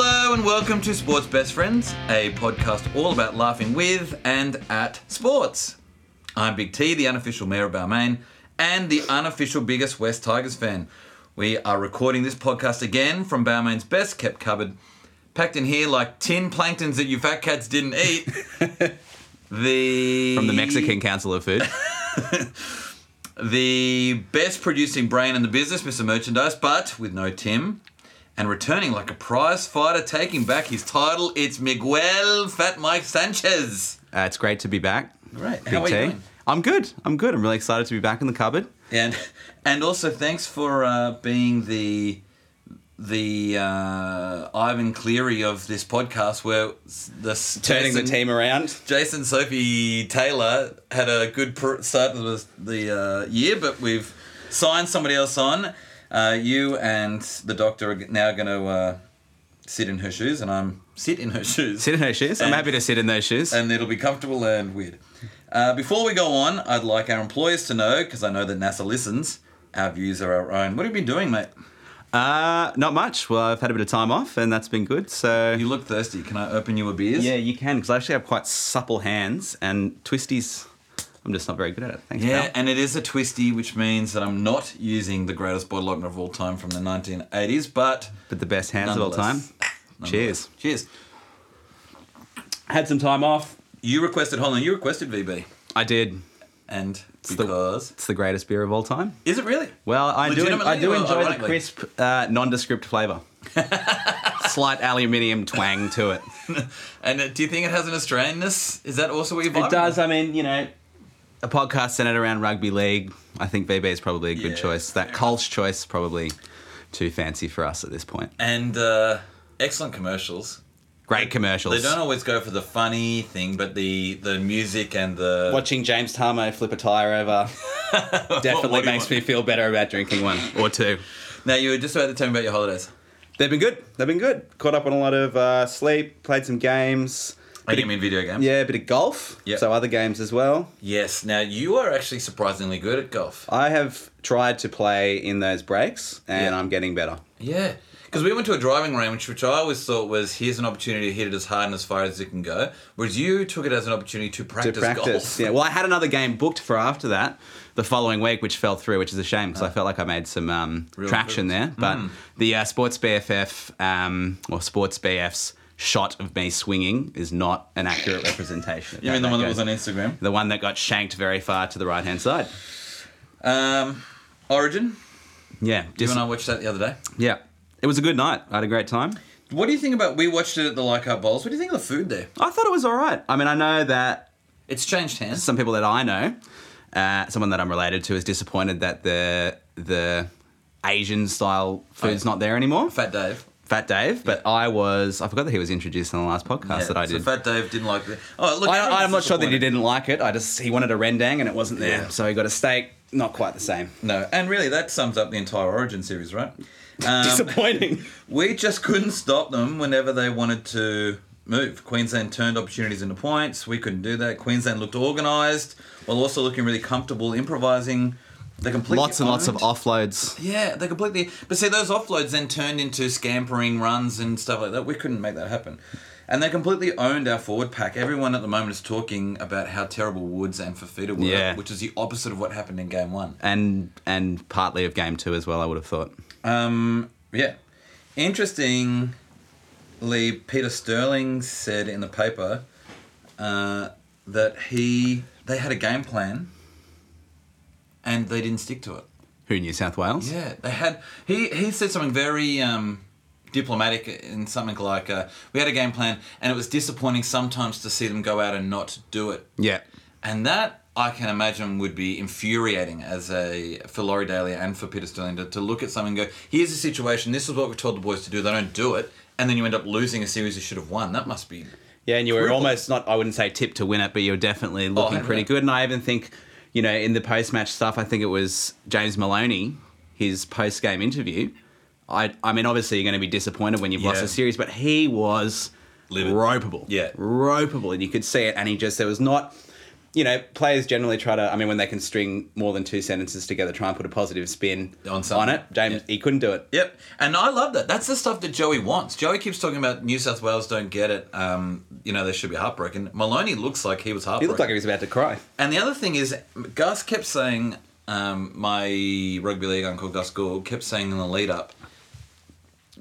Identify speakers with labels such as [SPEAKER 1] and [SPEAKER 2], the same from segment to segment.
[SPEAKER 1] welcome to Sports Best Friends, a podcast all about laughing with and at sports. I'm Big T, the unofficial mayor of Balmain, and the unofficial biggest West Tigers fan. We are recording this podcast again from Balmain's best kept cupboard, packed in here like tin planktons that you fat cats didn't eat. the
[SPEAKER 2] from the Mexican Council of Food. Uh,
[SPEAKER 1] the best producing brain in the business, Mr. Merchandise, but with no Tim. And returning like a prize fighter, taking back his title, it's Miguel Fat Mike Sanchez.
[SPEAKER 2] Uh, it's great to be back.
[SPEAKER 1] Right,
[SPEAKER 2] Big T. I'm good. I'm good. I'm really excited to be back in the cupboard.
[SPEAKER 1] And and also thanks for uh, being the the uh, Ivan Cleary of this podcast, where s- the s- Jason-
[SPEAKER 2] around.
[SPEAKER 1] Jason Sophie Taylor had a good pr- start to the, the uh, year, but we've signed somebody else on. Uh, you and the doctor are g- now going to uh, sit in her shoes, and I'm sit in her shoes.
[SPEAKER 2] Sit in her shoes. I'm
[SPEAKER 1] And-
[SPEAKER 2] happy to sit in those shoes.
[SPEAKER 1] and it'll be comfortable and weird. Uh, before we go on, I'd like our employers to know, because I know that NASA listens, our views are our own. What have you been doing, mate?
[SPEAKER 2] Uh, not much. Well, I've had a bit of time off, and that's been good. So
[SPEAKER 1] You look thirsty. Can I open you a beer?
[SPEAKER 2] yeah, you can because I actually have quite supple hands and twisties. I'm just not very good at it. Thanks,
[SPEAKER 1] Yeah,
[SPEAKER 2] pal.
[SPEAKER 1] and it is a twisty, which means that I'm not using the greatest bottle opener of all time from the 1980s, but
[SPEAKER 2] But the best hands of all time.
[SPEAKER 1] Nonetheless.
[SPEAKER 2] Cheers.
[SPEAKER 1] Cheers.
[SPEAKER 2] Had some time off.
[SPEAKER 1] You requested Holland. You requested VB,
[SPEAKER 2] I did.
[SPEAKER 1] and
[SPEAKER 2] the-
[SPEAKER 1] because
[SPEAKER 2] It's the greatest beer of all time.
[SPEAKER 1] is it really?
[SPEAKER 2] Well, I do. I
[SPEAKER 1] Legitimately
[SPEAKER 2] do
[SPEAKER 1] or
[SPEAKER 2] enjoy the
[SPEAKER 1] ironically?
[SPEAKER 2] crisp, uh, nondescript flavour. Slight aluminium twang to it.
[SPEAKER 1] And uh, do you think it has an Australianness? Is that also what you?
[SPEAKER 2] It does. I mean, you know, a podcast centered around rugby league. I think VB is probably a good
[SPEAKER 1] Yeah,
[SPEAKER 2] choice. That Colts choice probably too fancy for us at this point.
[SPEAKER 1] And uh, excellent commercials.
[SPEAKER 2] Great commercials.
[SPEAKER 1] They don't always go for the funny thing, but the the music and the
[SPEAKER 2] Watching James Tarmo flip a tire over
[SPEAKER 1] what
[SPEAKER 2] definitely
[SPEAKER 1] do you
[SPEAKER 2] makes
[SPEAKER 1] want?
[SPEAKER 2] me feel better about drinking one or two.
[SPEAKER 1] Now you were just about to tell me about your holidays.
[SPEAKER 2] They've been good. They've been good. Caught up on a lot of uh, sleep. Played some games.
[SPEAKER 1] I you mean video games.
[SPEAKER 2] Yeah, a bit of golf.
[SPEAKER 1] Yep.
[SPEAKER 2] So other games as well.
[SPEAKER 1] Yes. Now you are actually surprisingly good at golf.
[SPEAKER 2] I have tried to play in those breaks, and
[SPEAKER 1] Yeah.
[SPEAKER 2] I'm getting better.
[SPEAKER 1] Yeah. Because we went to a driving range, which I always thought was here's an opportunity to hit it as hard and as far as it can go. Whereas you took it as an opportunity to practice,
[SPEAKER 2] to practice.
[SPEAKER 1] golf.
[SPEAKER 2] Yeah. Well, I had another game booked for after that, the following week, which fell through, which is a shame because I felt like I made some um,
[SPEAKER 1] Ah. Real Hmm.
[SPEAKER 2] traction there. But the uh, Sports BFF um, or Sports BF's shot of me swinging is not an accurate representation. of
[SPEAKER 1] You
[SPEAKER 2] how
[SPEAKER 1] mean the one that
[SPEAKER 2] goes.
[SPEAKER 1] was on Instagram?
[SPEAKER 2] The one that got shanked very far to the right hand side.
[SPEAKER 1] Um, Origin.
[SPEAKER 2] Yeah.
[SPEAKER 1] You
[SPEAKER 2] Just,
[SPEAKER 1] and I watched that the other day.
[SPEAKER 2] yeah. It was a good night. I had a great time.
[SPEAKER 1] What do you think about? We watched it at the Leichhardt Bowls. What do you think of the food there?
[SPEAKER 2] I thought it was all right. I mean, I know that
[SPEAKER 1] It's changed hands.
[SPEAKER 2] some people that I know, uh, someone that I'm related to, is disappointed that the the Asian style food's not there anymore. Fat,
[SPEAKER 1] Fat Dave.
[SPEAKER 2] Dave, but I was I forgot that he was introduced in the last podcast
[SPEAKER 1] Yeah,
[SPEAKER 2] that I
[SPEAKER 1] so
[SPEAKER 2] did.
[SPEAKER 1] Fat Dave didn't like the. Oh look,
[SPEAKER 2] I, I'm
[SPEAKER 1] everyone's
[SPEAKER 2] not sure that he
[SPEAKER 1] disappointed.
[SPEAKER 2] didn't like it. I just he wanted a rendang and it wasn't there,
[SPEAKER 1] Yeah.
[SPEAKER 2] so he got a steak. Not quite the same.
[SPEAKER 1] No, and really that sums up the entire Origin series, right? Um,
[SPEAKER 2] Disappointing.
[SPEAKER 1] we just couldn't stop them whenever they wanted to move. Queensland turned opportunities into points. We couldn't do that. Queensland looked organised while also looking really comfortable improvising. They completely
[SPEAKER 2] lots and lots of
[SPEAKER 1] owned-
[SPEAKER 2] offloads.
[SPEAKER 1] Yeah, they completely. But see, those offloads then turned into scampering runs and stuff like that. We couldn't make that happen. And they completely owned our forward pack. Everyone at the moment is talking about how terrible Woods and Fafita were,
[SPEAKER 2] Yeah.
[SPEAKER 1] which is the opposite of what happened in game one.
[SPEAKER 2] And and partly of game two as well, I would have thought.
[SPEAKER 1] Um, yeah. Interestingly, Peter Sterling said in the paper uh, that he they had a game plan and they didn't stick to it.
[SPEAKER 2] Who New South Wales?
[SPEAKER 1] Yeah, they had. He he said something very um, diplomatic in something like, uh, "We had a game plan, and it was disappointing sometimes to see them go out and not do it."
[SPEAKER 2] Yeah.
[SPEAKER 1] And that I can imagine would be infuriating as a for Laurie Daly and for Peter Sterling to, to look at something and go, "Here's the situation. This is what we told the boys to do. They don't do it." And then you end up losing a series you should have won. That must be
[SPEAKER 2] Yeah, and you were
[SPEAKER 1] Brutal.
[SPEAKER 2] almost not, I wouldn't say tipped to win it, but you were definitely looking
[SPEAKER 1] 100%.
[SPEAKER 2] pretty good. And I even think, you know, in the post match stuff, I think it was James Maloney, his post game interview. I, I mean, obviously, you're going to be disappointed when you've lost
[SPEAKER 1] Yeah.
[SPEAKER 2] a series, but he was
[SPEAKER 1] Livid.
[SPEAKER 2] ropeable.
[SPEAKER 1] Yeah.
[SPEAKER 2] Ropeable. And you could see it. And he just, there was not you know, players generally try to. I mean, when they can string more than two sentences together, try and put a positive spin
[SPEAKER 1] On
[SPEAKER 2] on,
[SPEAKER 1] something.
[SPEAKER 2] it. James, he couldn't do it.
[SPEAKER 1] Yep, and I love that. That's the stuff that Joey wants. Joey keeps talking about New South Wales don't get it. Um, you know they should be heartbroken. Maloney looks like he was
[SPEAKER 2] He
[SPEAKER 1] heartbroken.
[SPEAKER 2] looked like he was about to cry.
[SPEAKER 1] And the other thing is, Gus kept saying, um, my rugby league uncle Gus Gould kept saying in the lead up,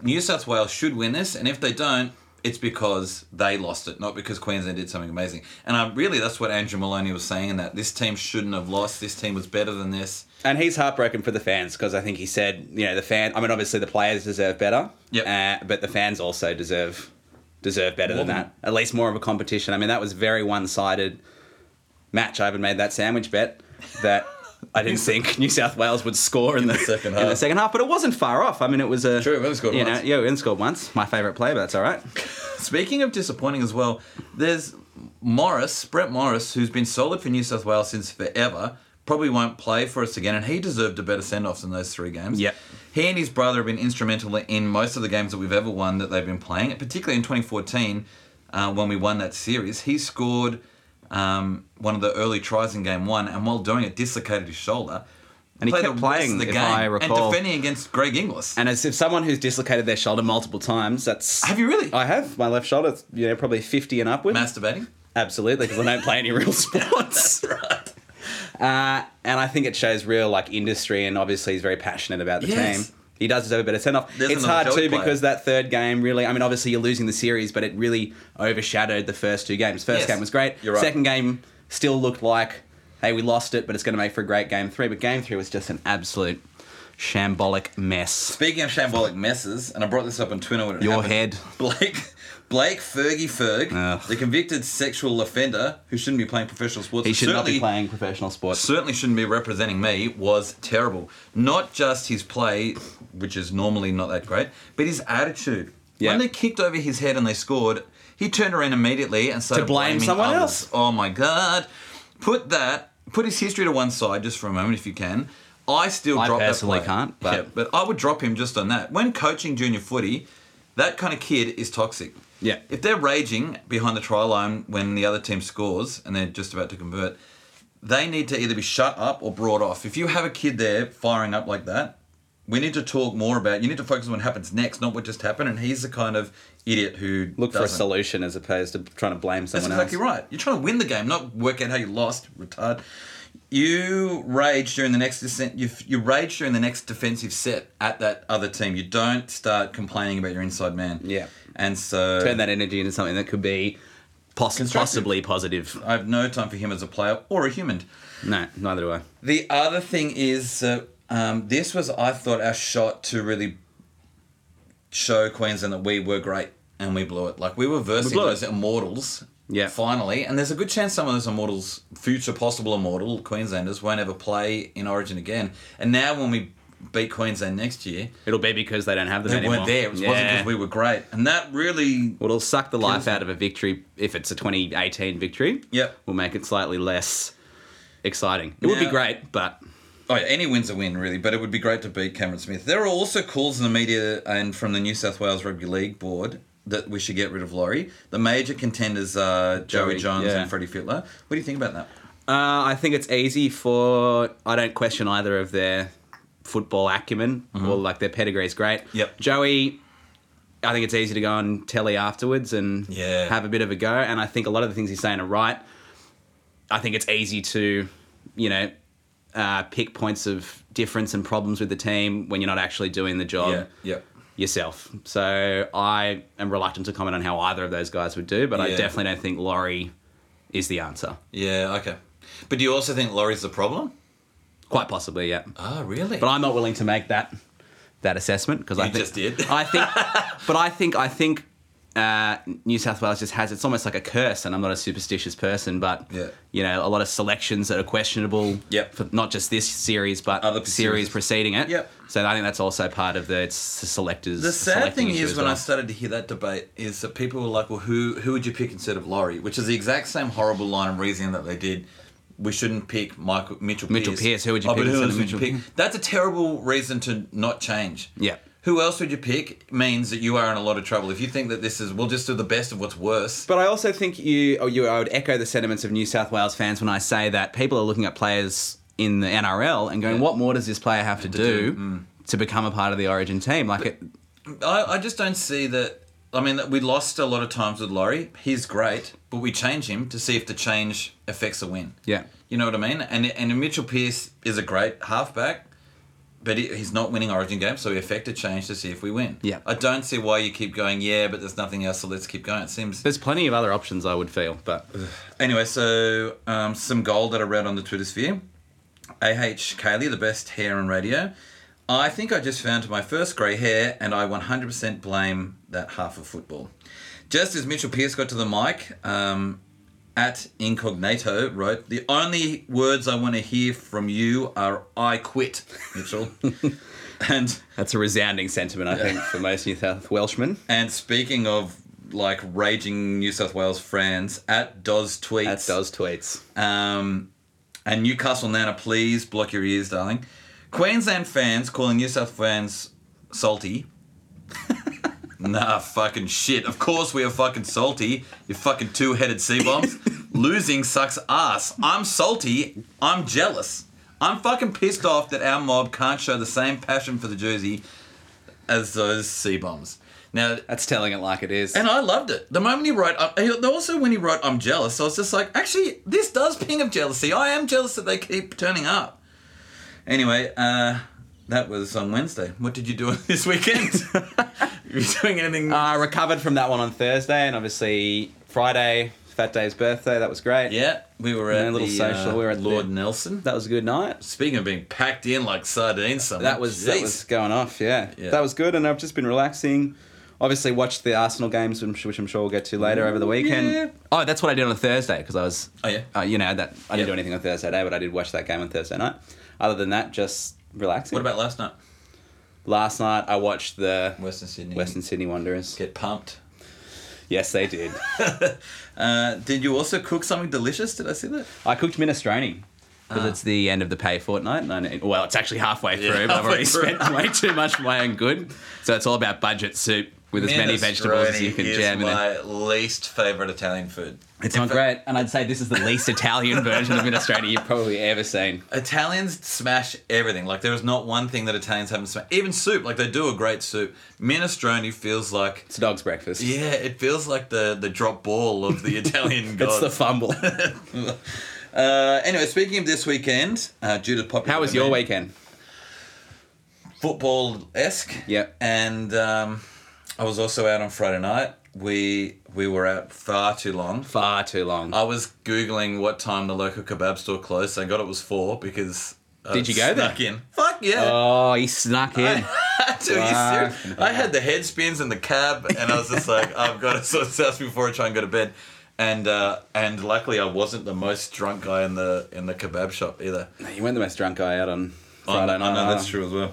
[SPEAKER 1] New South Wales should win this, and if they don't, it's because they lost it, not because Queensland did something amazing. And I really, that's what Andrew Maloney was saying in that this team shouldn't have lost. This team was better than this.
[SPEAKER 2] And he's heartbroken for the fans because I think he said, you know, the fan. I mean, obviously the players deserve better.
[SPEAKER 1] Yep.
[SPEAKER 2] Uh, but the fans also deserve deserve better
[SPEAKER 1] More
[SPEAKER 2] than
[SPEAKER 1] than-
[SPEAKER 2] that. At least more of a competition. I mean, that was very one sided match. I haven't made that sandwich bet that I didn't think New South Wales would score in the,
[SPEAKER 1] second
[SPEAKER 2] In the
[SPEAKER 1] half.
[SPEAKER 2] second half, but it wasn't far off. I mean, it was a
[SPEAKER 1] True, we only scored
[SPEAKER 2] you
[SPEAKER 1] once.
[SPEAKER 2] Know, yeah, we only scored once. My favourite player, but that's all right.
[SPEAKER 1] Speaking of disappointing as well, there's Morris, Brett Morris, who's been solid for New South Wales since forever, probably won't play for us again, and he deserved a better send off than those three games.
[SPEAKER 2] Yep.
[SPEAKER 1] He and his brother have been instrumental in most of the games that we've ever won that they've been playing, particularly in 2014 uh, when we won that series. He scored um, one of the early tries in game one, and while doing it, dislocated his shoulder.
[SPEAKER 2] And he
[SPEAKER 1] Played
[SPEAKER 2] kept
[SPEAKER 1] the rest
[SPEAKER 2] playing,
[SPEAKER 1] of the
[SPEAKER 2] if
[SPEAKER 1] game
[SPEAKER 2] I recall.
[SPEAKER 1] and defending against Greg Inglis.
[SPEAKER 2] And as if someone who's dislocated their shoulder multiple times, that's
[SPEAKER 1] Have you really?
[SPEAKER 2] I have my left shoulder. it's, You know, probably fifty and upward.
[SPEAKER 1] Masturbating?
[SPEAKER 2] Absolutely, because I don't play any real sports.
[SPEAKER 1] Right.
[SPEAKER 2] Uh, and I think it shows real like industry, and obviously he's very passionate about the
[SPEAKER 1] Yes.
[SPEAKER 2] team. He does deserve a better send off.
[SPEAKER 1] There's
[SPEAKER 2] It's
[SPEAKER 1] another
[SPEAKER 2] hard
[SPEAKER 1] Joey
[SPEAKER 2] too
[SPEAKER 1] player.
[SPEAKER 2] because that third game really. I mean, obviously you're losing the series, but it really overshadowed the first two games. First
[SPEAKER 1] Yes.
[SPEAKER 2] game was great.
[SPEAKER 1] You're right.
[SPEAKER 2] Second game still looked like, hey, we lost it, but it's going to make for a great game three. But game three was just an absolute shambolic mess.
[SPEAKER 1] Speaking of shambolic messes, and I brought this up on Twitter when it
[SPEAKER 2] Your
[SPEAKER 1] happened,
[SPEAKER 2] head.
[SPEAKER 1] Blake, Blake Fergie Ferg,
[SPEAKER 2] Ugh.
[SPEAKER 1] the convicted sexual offender who shouldn't be playing professional sports.
[SPEAKER 2] He
[SPEAKER 1] and
[SPEAKER 2] should not
[SPEAKER 1] certainly-
[SPEAKER 2] be playing professional sports.
[SPEAKER 1] Certainly shouldn't be representing me. Was terrible. Not just his play, which is normally not that great, but his attitude.
[SPEAKER 2] Yeah.
[SPEAKER 1] When they kicked over his head and they scored, he turned around immediately and started
[SPEAKER 2] To blame
[SPEAKER 1] blaming
[SPEAKER 2] someone
[SPEAKER 1] others.
[SPEAKER 2] else.
[SPEAKER 1] Oh my god! Put that. Put his history to one side just for a moment, if you can. I still
[SPEAKER 2] I
[SPEAKER 1] drop
[SPEAKER 2] personally
[SPEAKER 1] that player.
[SPEAKER 2] can't, but-
[SPEAKER 1] Yeah, but I would drop him just on that. When coaching junior footy, that kind of kid is toxic.
[SPEAKER 2] Yeah.
[SPEAKER 1] If they're raging behind the try line when the other team scores and they're just about to convert, they need to either be shut up or brought off. If you have a kid there firing up like that, we need to talk more about. You need to focus on what happens next, not what just happened. And he's the kind of idiot who
[SPEAKER 2] Look for a
[SPEAKER 1] doesn't.
[SPEAKER 2] solution as opposed to trying to blame
[SPEAKER 1] That's
[SPEAKER 2] someone
[SPEAKER 1] exactly
[SPEAKER 2] else.
[SPEAKER 1] right. You're trying to win the game, not work out how you lost, retard. You rage during the next descent. You, you rage during the next defensive set at that other team. You don't start complaining about your inside man.
[SPEAKER 2] Yeah.
[SPEAKER 1] and so
[SPEAKER 2] Turn that energy into something that could be poss-
[SPEAKER 1] Constructive.
[SPEAKER 2] possibly positive.
[SPEAKER 1] I have no time for him as a player or a human.
[SPEAKER 2] No, neither do I.
[SPEAKER 1] The other thing is, uh, um, this was I thought our shot to really show Queensland that we were great and we blew it. Like we were versing
[SPEAKER 2] We blew
[SPEAKER 1] those
[SPEAKER 2] it.
[SPEAKER 1] immortals.
[SPEAKER 2] Yeah.
[SPEAKER 1] Finally, and there's a good chance some of those immortals, future possible immortal Queenslanders, won't ever play in Origin again. And now when we beat Queensland next year,
[SPEAKER 2] It'll be because they don't have them
[SPEAKER 1] they
[SPEAKER 2] anymore.
[SPEAKER 1] weren't there. It wasn't
[SPEAKER 2] Yeah.
[SPEAKER 1] because we were great, and that really
[SPEAKER 2] Well, it'll suck the life
[SPEAKER 1] Kills
[SPEAKER 2] out of a victory if it's a 2018 victory.
[SPEAKER 1] Yep.
[SPEAKER 2] We'll make it slightly less exciting. It would be
[SPEAKER 1] Now-
[SPEAKER 2] great, but
[SPEAKER 1] Oh, yeah, any win's a win, really, but it would be great to beat Cameron Smith. There are also calls in the media and from the New South Wales Rugby League Board that we should get rid of Laurie. The major contenders are Joey,
[SPEAKER 2] Joey,
[SPEAKER 1] Johns
[SPEAKER 2] yeah.
[SPEAKER 1] and Freddie Fitler. What do you think about that?
[SPEAKER 2] uh, I think it's easy for. I don't question either of their football acumen or like their pedigree's great.
[SPEAKER 1] Mm-hmm. Yep.
[SPEAKER 2] Joey, I think it's easy to go on telly afterwards and
[SPEAKER 1] Yeah.
[SPEAKER 2] have a bit of a go. And I think a lot of the things he's saying are right. I think it's easy to, you know, uh, pick points of difference and problems with the team when you're not actually doing the job.
[SPEAKER 1] yeah.
[SPEAKER 2] yourself. So I am reluctant to comment on how either of those guys would do, but I
[SPEAKER 1] Yeah.
[SPEAKER 2] definitely don't think Laurie is the answer.
[SPEAKER 1] Yeah, okay. But do you also think Laurie's the problem?
[SPEAKER 2] Quite possibly, yeah.
[SPEAKER 1] Ah, really?
[SPEAKER 2] But I'm not willing to make that that assessment because I
[SPEAKER 1] You
[SPEAKER 2] think,
[SPEAKER 1] just did.
[SPEAKER 2] I think, but I think I think uh, New South Wales just has it's almost like a curse, and I'm not a superstitious person, but
[SPEAKER 1] Yeah.
[SPEAKER 2] you know, a lot of selections that are questionable.
[SPEAKER 1] Yep.
[SPEAKER 2] For not just this series, but
[SPEAKER 1] Other
[SPEAKER 2] other series
[SPEAKER 1] series.
[SPEAKER 2] preceding it.
[SPEAKER 1] Yep.
[SPEAKER 2] So I think that's also part of the it's the selectors.
[SPEAKER 1] the sad
[SPEAKER 2] selecting
[SPEAKER 1] thing
[SPEAKER 2] issue
[SPEAKER 1] is
[SPEAKER 2] as
[SPEAKER 1] when I
[SPEAKER 2] well.
[SPEAKER 1] started to hear that debate is that people were like, well, who who would you pick instead of Laurie? Which is the exact same horrible line of reasoning that they did. We shouldn't pick Michael Mitchell.
[SPEAKER 2] Mitchell Pearce, who would you
[SPEAKER 1] oh,
[SPEAKER 2] pick
[SPEAKER 1] But who
[SPEAKER 2] instead
[SPEAKER 1] else
[SPEAKER 2] of
[SPEAKER 1] would you
[SPEAKER 2] Mitchell?
[SPEAKER 1] pick? That's a terrible reason to not change.
[SPEAKER 2] yeah.
[SPEAKER 1] who else would you pick means that you are in a lot of trouble. If you think that this is, we'll just do the best of what's worse.
[SPEAKER 2] But I also think you, or you, I would echo the sentiments of New South Wales fans when I say that people are looking at players in the NRL and going,
[SPEAKER 1] Yeah.
[SPEAKER 2] what more does this player have to, do,
[SPEAKER 1] do, mm.
[SPEAKER 2] to become a part of the Origin team? Like, it,
[SPEAKER 1] I, I just don't see that. I mean, we lost a lot of times with Laurie. He's great, but we change him to see if the change affects the win.
[SPEAKER 2] yeah,
[SPEAKER 1] You know what I mean? And and Mitchell Pearce is a great halfback, but he, he's not winning Origin games, so we affect a change to see if we win.
[SPEAKER 2] Yeah.
[SPEAKER 1] I don't see why you keep going. Yeah, but there's nothing else, so let's keep going. It seems
[SPEAKER 2] there's plenty of other options I would feel, but
[SPEAKER 1] Anyway, so um, some gold that I read on the Twitter sphere. AH Kaylee, the best hair on radio. I think I just found my first grey hair, and I 100% blame that half of football. Just as Mitchell Pearce got to the mic, um, at Incognito wrote, The only words I want to hear from you are I quit, Mitchell. and
[SPEAKER 2] that's a resounding sentiment, I think, for most New South Welshmen.
[SPEAKER 1] and speaking of like raging New South Wales fans, at Doz tweets.
[SPEAKER 2] That does tweets.
[SPEAKER 1] Um, and Newcastle Nana, please block your ears, darling. Queensland fans calling New South fans salty. nah, fucking shit. Of course we are fucking salty. You fucking two headed sea bombs. Losing sucks ass. I'm salty. I'm jealous. I'm fucking pissed off that our mob can't show the same passion for the jersey as those sea bombs. Now,
[SPEAKER 2] That's telling it like it is.
[SPEAKER 1] and I loved it. The moment he wrote, uh, he- also when he wrote, I'm jealous, I was just like, actually, this does ping of jealousy. I am jealous that they keep turning up. Anyway, uh, that was on Wednesday. What did you do this weekend? Uh, you doing anything?
[SPEAKER 2] I Uh, recovered from that one on Thursday, and obviously Friday, Fat Day's birthday, that was great.
[SPEAKER 1] yeah, we were at
[SPEAKER 2] a little
[SPEAKER 1] the,
[SPEAKER 2] social,
[SPEAKER 1] uh,
[SPEAKER 2] we were at
[SPEAKER 1] Lord
[SPEAKER 2] the-
[SPEAKER 1] Nelson.
[SPEAKER 2] That was a good night.
[SPEAKER 1] Speaking of being packed in like sardines, somewhere,
[SPEAKER 2] That was that
[SPEAKER 1] jeez.
[SPEAKER 2] was going off, yeah.
[SPEAKER 1] Yeah.
[SPEAKER 2] That was good, and I've just been relaxing. Obviously, watched the Arsenal games, which which I'm sure we'll get to later over the weekend.
[SPEAKER 1] yeah.
[SPEAKER 2] Oh, that's what I did on a Thursday because I was,
[SPEAKER 1] Oh, yeah?
[SPEAKER 2] uh, you know, that I
[SPEAKER 1] Yeah.
[SPEAKER 2] didn't do anything on Thursday day, but I did watch that game on Thursday night. Other than that, just relaxing.
[SPEAKER 1] What about last night?
[SPEAKER 2] last night? I watched the
[SPEAKER 1] Western Sydney.
[SPEAKER 2] Western Sydney Wanderers.
[SPEAKER 1] Get pumped.
[SPEAKER 2] Yes, they did.
[SPEAKER 1] Uh, did you also cook something delicious? Did I see that?
[SPEAKER 2] I cooked minestrone because
[SPEAKER 1] Ah.
[SPEAKER 2] it's the end of the pay fortnight. And I need, well, it's actually halfway through, but I've
[SPEAKER 1] halfway
[SPEAKER 2] already
[SPEAKER 1] through.
[SPEAKER 2] spent way too much for my own good. So it's all about budget soup with as many vegetables as you can
[SPEAKER 1] Minestrone
[SPEAKER 2] jam
[SPEAKER 1] is
[SPEAKER 2] in it.
[SPEAKER 1] my least favorite Italian food.
[SPEAKER 2] It's
[SPEAKER 1] In
[SPEAKER 2] not
[SPEAKER 1] fact-
[SPEAKER 2] great, and I'd say this is the least Italian version of minestrone you've probably ever seen.
[SPEAKER 1] Italians smash everything. Like there is not one thing that Italians haven't smashed. Even soup, like they do a great soup. Minestrone feels like
[SPEAKER 2] It's a dog's breakfast.
[SPEAKER 1] yeah, it feels like the the drop ball of the Italian
[SPEAKER 2] It's the
[SPEAKER 1] gods.
[SPEAKER 2] fumble.
[SPEAKER 1] uh, anyway, speaking of this weekend, uh, due to popular
[SPEAKER 2] How was your weekend?
[SPEAKER 1] Football esque.
[SPEAKER 2] Yep.
[SPEAKER 1] And um, I was also out on Friday night. We we were out far too long.
[SPEAKER 2] Far too long.
[SPEAKER 1] I was googling what time the local kebab store closed. Thank God it was four because I
[SPEAKER 2] Did you go there?
[SPEAKER 1] snuck in? Fuck yeah.
[SPEAKER 2] Oh, he snuck in.
[SPEAKER 1] Dude, are you
[SPEAKER 2] Wow.
[SPEAKER 1] serious? I had the head spins in the cab, and I was just like, I've got to sort this out before I try and go to bed. And uh, and luckily, I wasn't the most drunk guy in the in the kebab shop either.
[SPEAKER 2] you weren't the most drunk guy out on
[SPEAKER 1] I
[SPEAKER 2] Friday
[SPEAKER 1] know-
[SPEAKER 2] night. Ah.
[SPEAKER 1] I know Oh, that's true as well.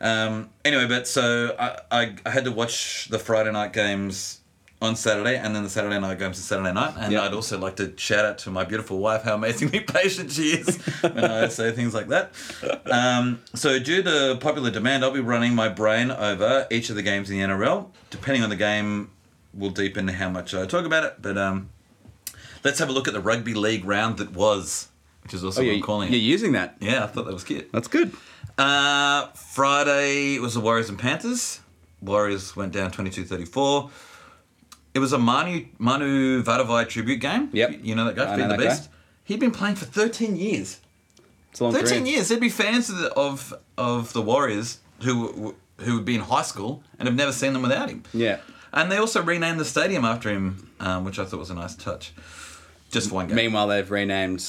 [SPEAKER 1] Um, anyway, but so I, I I had to watch the Friday night games on Saturday, and then the Saturday night games on Saturday night. And
[SPEAKER 2] Yeah.
[SPEAKER 1] I'd also like to shout out to my beautiful wife how amazingly patient she is when I say things like that. Um, so due to popular demand, I'll be running my brain over each of the games in the NRL. Depending on the game, will deepen how much I talk about it. But um, let's have a look at the rugby league round that was, which is also
[SPEAKER 2] Oh,
[SPEAKER 1] what
[SPEAKER 2] you're,
[SPEAKER 1] I'm calling
[SPEAKER 2] you're
[SPEAKER 1] it.
[SPEAKER 2] using that.
[SPEAKER 1] Yeah, I thought that was cute.
[SPEAKER 2] That's good.
[SPEAKER 1] Uh, Friday was the Warriors and Panthers. Warriors went down 22-34. It was a Manu Manu Vadavai tribute game.
[SPEAKER 2] Yep.
[SPEAKER 1] You know that guy,
[SPEAKER 2] I
[SPEAKER 1] Feed
[SPEAKER 2] know
[SPEAKER 1] the
[SPEAKER 2] that guy.
[SPEAKER 1] Beast. He'd been playing for 13 years.
[SPEAKER 2] It's a long
[SPEAKER 1] 13
[SPEAKER 2] career.
[SPEAKER 1] years. There'd be fans of the, of, of the Warriors who who would be in high school and have never seen them without him.
[SPEAKER 2] Yeah.
[SPEAKER 1] And they also renamed the stadium after him, um, which I thought was a nice touch. Just for one game.
[SPEAKER 2] Meanwhile, they've renamed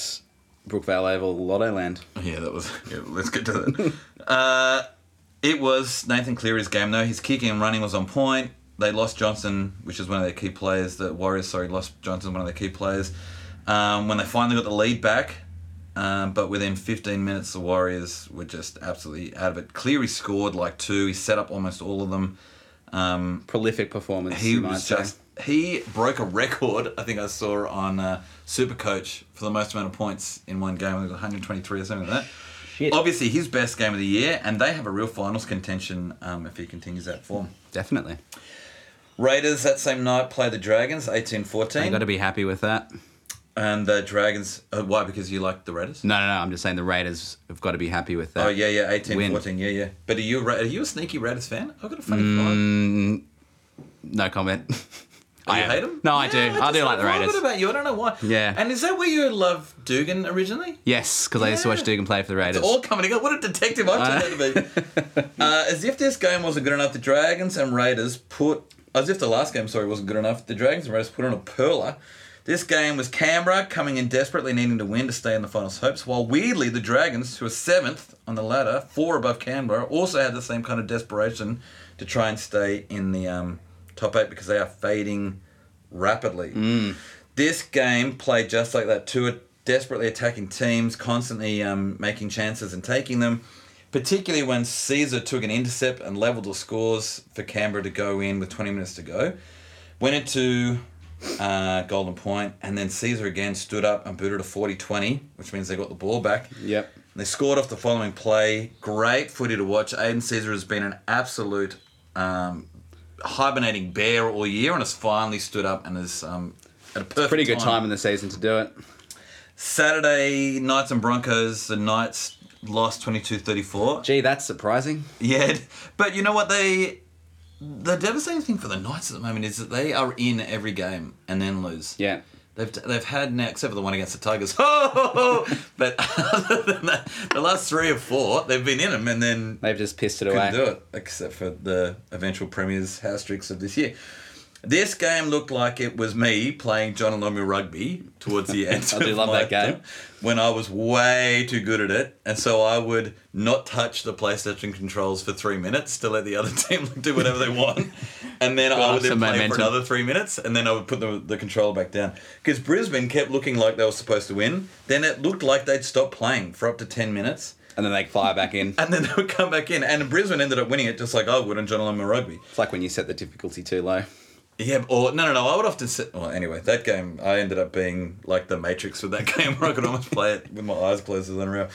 [SPEAKER 2] Brookvale Oval Lotto Land.
[SPEAKER 1] Yeah, that was. Yeah, let's get to that. uh, it was Nathan Cleary's game, though. His kicking and running was on point. They lost Johnson, which is one of their key players. The Warriors, sorry, lost Johnson, one of their key players. Um, when they finally got the lead back, um, but within 15 minutes, the Warriors were just absolutely out of it. Cleary scored like two. He set up almost all of them. Um,
[SPEAKER 2] Prolific performance.
[SPEAKER 1] he
[SPEAKER 2] you might
[SPEAKER 1] was
[SPEAKER 2] say.
[SPEAKER 1] just he broke a record. I think I saw on uh, Supercoach for the most amount of points in one game. It was 123 or something like that.
[SPEAKER 2] shit.
[SPEAKER 1] Obviously, his best game of the year, and they have a real finals contention um, if he continues that form.
[SPEAKER 2] Definitely.
[SPEAKER 1] Raiders that same night play the Dragons, eighteen
[SPEAKER 2] You
[SPEAKER 1] fourteen,
[SPEAKER 2] got to be happy with that.
[SPEAKER 1] And the Dragons, uh, why? Because you like the Raiders?
[SPEAKER 2] No, no, no. I'm just saying the Raiders have got to be happy with that.
[SPEAKER 1] Oh, yeah, yeah, eighteen
[SPEAKER 2] Win.
[SPEAKER 1] fourteen, yeah, yeah. But are you, a Ra- are you a sneaky Raiders fan? I've got a funny
[SPEAKER 2] Mm, no comment.
[SPEAKER 1] vibe. You
[SPEAKER 2] am.
[SPEAKER 1] hate them?
[SPEAKER 2] No, I do. I do
[SPEAKER 1] just
[SPEAKER 2] like the
[SPEAKER 1] a little
[SPEAKER 2] Raiders.
[SPEAKER 1] bit about you. I don't know why.
[SPEAKER 2] Yeah.
[SPEAKER 1] And is that where you love Dugan originally?
[SPEAKER 2] Yes, because I used to
[SPEAKER 1] Yeah.
[SPEAKER 2] watch Dugan play for the Raiders.
[SPEAKER 1] It's all coming together. What a detective I turned out to be. Uh, as if this game wasn't good enough, the Dragons and Raiders put. As if the last game, sorry, wasn't good enough, the Dragons and Raiders put on a perler. This game was Canberra coming in desperately needing to win to stay in the finals hopes, while weirdly the Dragons, who are seventh on the ladder, four above Canberra, also had the same kind of desperation to try and stay in the um, top eight because they are fading rapidly. This game played just like that. Two are desperately attacking teams, constantly um, making chances and taking them. Particularly when Caesar took an intercept and levelled the scores for Canberra to go in with 20 minutes to go. Went into uh, Golden Point, and then Caesar again stood up and booted a 40 20, which means they got the ball back.
[SPEAKER 2] Yep.
[SPEAKER 1] They scored off the following play. Great footy to watch. Aiden Caesar has been an absolute um, hibernating bear all year and has finally stood up and is um, at a perfect
[SPEAKER 2] Pretty good time in the season to do it.
[SPEAKER 1] Saturday, Knights and Broncos. The Knights lost 22-34.
[SPEAKER 2] Gee, that's surprising.
[SPEAKER 1] Yeah, but you know what? They the devastating thing for the Knights at the moment is that they are in every game and then lose.
[SPEAKER 2] Yeah.
[SPEAKER 1] They've, they've had now, except for the one against the Tigers, ho, ho, ho. but other than that, the last three or four, they've been in them and then
[SPEAKER 2] They've just pissed it
[SPEAKER 1] couldn't
[SPEAKER 2] away.
[SPEAKER 1] do it, except for the eventual Premier's house tricks of this year. This game looked like it was me playing John Lomu rugby towards the end.
[SPEAKER 2] I do
[SPEAKER 1] of
[SPEAKER 2] love
[SPEAKER 1] my
[SPEAKER 2] that game.
[SPEAKER 1] time, When I was way too good at it, and so I would not touch the PlayStation controls for three minutes to let the other team do whatever they want, and then I
[SPEAKER 2] Got
[SPEAKER 1] would then
[SPEAKER 2] some
[SPEAKER 1] play
[SPEAKER 2] momentum.
[SPEAKER 1] for another three minutes, and then I would put the, the controller back down. Because Brisbane kept looking like they were supposed to win, then it looked like they'd stop playing for up to ten minutes,
[SPEAKER 2] And then they fire back in.
[SPEAKER 1] and then they would come back in. And Brisbane ended up winning it just like I would in John Lomond Rugby.
[SPEAKER 2] It's like when you set the difficulty too low.
[SPEAKER 1] Yeah, or no, no, no. I would often sit. Well, anyway, that game, I ended up being like the Matrix with that game where I could almost play it with my eyes closed as unreal.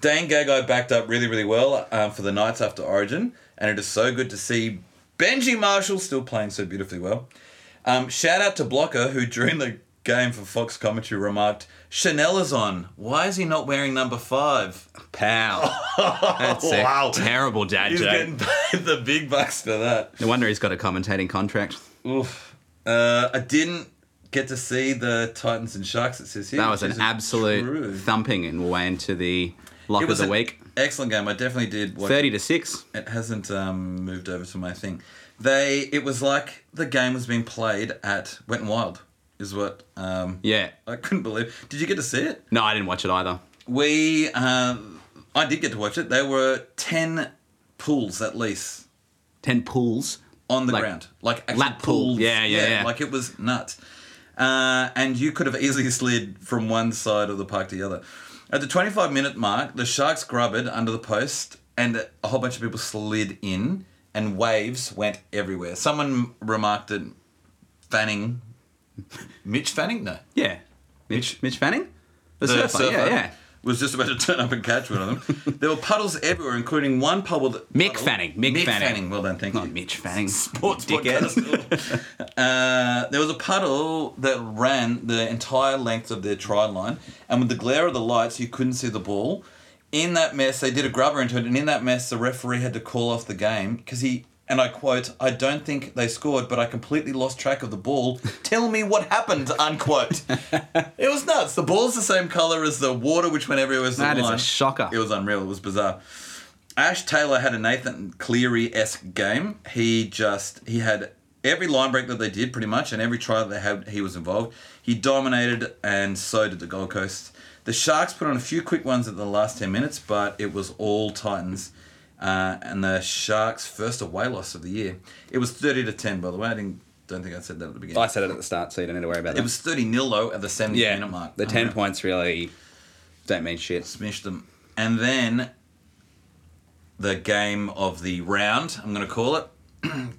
[SPEAKER 1] Dane Gagai backed up really, really well um, for the Knights after Origin, and it is so good to see Benji Marshall still playing so beautifully well. Um, shout out to Blocker, who during the game for Fox commentary remarked, Chanel is on. Why is he not wearing number five?
[SPEAKER 2] Pow. That's a
[SPEAKER 1] Wow.
[SPEAKER 2] terrible dad
[SPEAKER 1] He's
[SPEAKER 2] joke.
[SPEAKER 1] getting paid the big bucks for that.
[SPEAKER 2] No wonder he's got a commentating contract.
[SPEAKER 1] Oof. Uh, I didn't get to see the Titans and Sharks. It says here.
[SPEAKER 2] That was
[SPEAKER 1] which
[SPEAKER 2] an
[SPEAKER 1] is
[SPEAKER 2] absolute
[SPEAKER 1] true.
[SPEAKER 2] thumping and we'll way into the lock
[SPEAKER 1] It was
[SPEAKER 2] of
[SPEAKER 1] an
[SPEAKER 2] the week.
[SPEAKER 1] Excellent game. I definitely did. Watch
[SPEAKER 2] 30 to 6.
[SPEAKER 1] It, it hasn't um, moved over to my thing. They. It was like the game was being played at Wet and Wild. Is what. Um,
[SPEAKER 2] Yeah.
[SPEAKER 1] I couldn't believe. Did you get to see it?
[SPEAKER 2] No, I didn't watch it either.
[SPEAKER 1] We. Um, I did get to watch it. There were ten pools at least
[SPEAKER 2] 10 pools.
[SPEAKER 1] on the
[SPEAKER 2] Like,
[SPEAKER 1] ground, like actual
[SPEAKER 2] lap pool.
[SPEAKER 1] pools.
[SPEAKER 2] Yeah, yeah, yeah.
[SPEAKER 1] Like it was nuts, uh, and you could have easily slid from one side of the park to the other. At the 25 minute mark, the sharks grubbered under the post, and a whole bunch of people slid in, and waves went everywhere. Someone remarked that Fanning, Mitch Fanning, no,
[SPEAKER 2] Yeah. Mitch Mitch Fanning? The,
[SPEAKER 1] the
[SPEAKER 2] surfer. Yeah, yeah.
[SPEAKER 1] was just about to turn up and catch one of them. there were puddles everywhere, including one puddle. That,
[SPEAKER 2] Mick
[SPEAKER 1] puddle-
[SPEAKER 2] Fanning, Mick Fanning.
[SPEAKER 1] Well done, thank
[SPEAKER 2] Not
[SPEAKER 1] you.
[SPEAKER 2] Mitch Fanning.
[SPEAKER 1] Sports podcast. uh, there was a puddle that ran the entire length of their try line, and with the glare of the lights, you couldn't see the ball. In that mess, they did a grubber into it, and in that mess, the referee had to call off the game because he. And I quote, I don't think they scored, but I completely lost track of the ball. Tell me what happened, unquote. it was nuts. The ball's the same colour as the water, which went everywhere. as the
[SPEAKER 2] That is a
[SPEAKER 1] line.
[SPEAKER 2] shocker.
[SPEAKER 1] It was unreal. It was bizarre. Ash Taylor had a Nathan Cleary esque game. He just he had every line break that they did pretty much, and every try that they had, he was involved. He dominated, and so did the Gold Coast. The Sharks put on a few quick ones at the last ten minutes, but it was all Titans. Uh, and the Sharks' first away loss of the year. It was thirty to ten, by the way. I didn't, don't think I said that at the beginning.
[SPEAKER 2] I said it at the start, so you don't need to worry about that.
[SPEAKER 1] it was thirty nil though at the seventy minute mark.
[SPEAKER 2] The 10
[SPEAKER 1] Unreal
[SPEAKER 2] points really don't mean shit.
[SPEAKER 1] smashed them. And then the game of the round, I'm going to call it.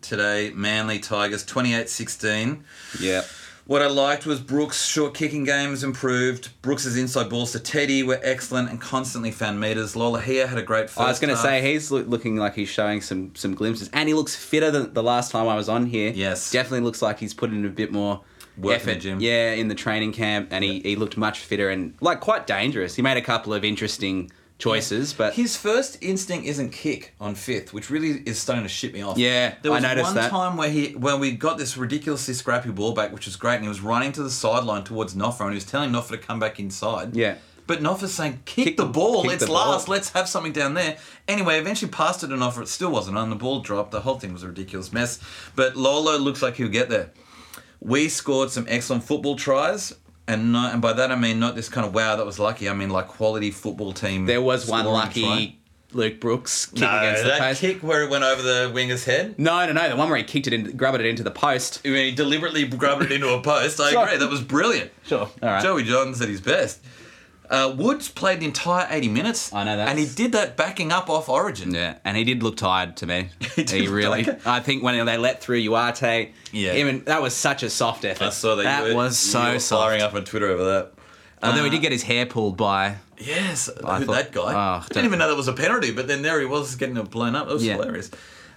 [SPEAKER 1] Today, Manly Tigers 28 16.
[SPEAKER 2] Yeah.
[SPEAKER 1] What I liked was Brooks' short kicking game has improved. Brooks' inside balls to Teddy were excellent and constantly found meters. Lolahia had a great first
[SPEAKER 2] I was going to
[SPEAKER 1] half.
[SPEAKER 2] say he's loo- looking like he's showing some some glimpses, and he looks fitter than the last time I was on here.
[SPEAKER 1] Yes.
[SPEAKER 2] definitely looks like he's put in a bit more
[SPEAKER 1] Work in the
[SPEAKER 2] effort.
[SPEAKER 1] gym.
[SPEAKER 2] Yeah, in the training camp, and he, he looked much fitter and like quite dangerous. He made a couple of interesting choices, but
[SPEAKER 1] His first instinct isn't kick on fifth, which really is starting to shit me off.
[SPEAKER 2] Yeah,
[SPEAKER 1] there
[SPEAKER 2] I
[SPEAKER 1] was
[SPEAKER 2] noticed
[SPEAKER 1] one
[SPEAKER 2] that.
[SPEAKER 1] time where he when we got this ridiculously scrappy ball back, which was great, and he was running to the sideline towards Noffa, and he was telling Noffa to come back inside.
[SPEAKER 2] Yeah.
[SPEAKER 1] But Noffa's saying, kick,
[SPEAKER 2] Kick
[SPEAKER 1] the
[SPEAKER 2] the-
[SPEAKER 1] ball,
[SPEAKER 2] kick
[SPEAKER 1] it's
[SPEAKER 2] the ball."
[SPEAKER 1] last, let's have something down there. Anyway, eventually passed it to Noffa, it still wasn't on, the ball dropped, the whole thing was a ridiculous mess. But Lolo looks like he'll get there. We scored some excellent football tries, and not, and by that I mean not this kind of wow, that was lucky, I mean like quality football team.
[SPEAKER 2] there was one
[SPEAKER 1] scoring try.
[SPEAKER 2] lucky Luke Brooks kick
[SPEAKER 1] No,
[SPEAKER 2] against the
[SPEAKER 1] that
[SPEAKER 2] post.
[SPEAKER 1] kick where it went over the winger's head.
[SPEAKER 2] no, no, no, the one where he kicked it in, grubbed it into the post.
[SPEAKER 1] I mean, he deliberately grabbed it into a post. I
[SPEAKER 2] Sure.
[SPEAKER 1] agree. That was brilliant.
[SPEAKER 2] Sure, all right.
[SPEAKER 1] Joey Johns at his best. Uh, Woods played the entire 80 minutes.
[SPEAKER 2] I know that's-
[SPEAKER 1] And he did that backing up off Origin.
[SPEAKER 2] Yeah, and he did look tired to me. he,
[SPEAKER 1] did look
[SPEAKER 2] really.
[SPEAKER 1] tired.
[SPEAKER 2] I think when they let through Uarte,
[SPEAKER 1] Yeah.
[SPEAKER 2] even that was such a soft effort.
[SPEAKER 1] I saw that.
[SPEAKER 2] That
[SPEAKER 1] you were,
[SPEAKER 2] was
[SPEAKER 1] you
[SPEAKER 2] so
[SPEAKER 1] were
[SPEAKER 2] soft.
[SPEAKER 1] firing up on Twitter over that.
[SPEAKER 2] Although he did get his hair pulled by.
[SPEAKER 1] Yes,
[SPEAKER 2] I
[SPEAKER 1] who,
[SPEAKER 2] thought-
[SPEAKER 1] that guy.
[SPEAKER 2] oh,
[SPEAKER 1] I didn't even know that was a penalty, but then there he was getting it blown up. That was
[SPEAKER 2] Yeah.
[SPEAKER 1] hilarious.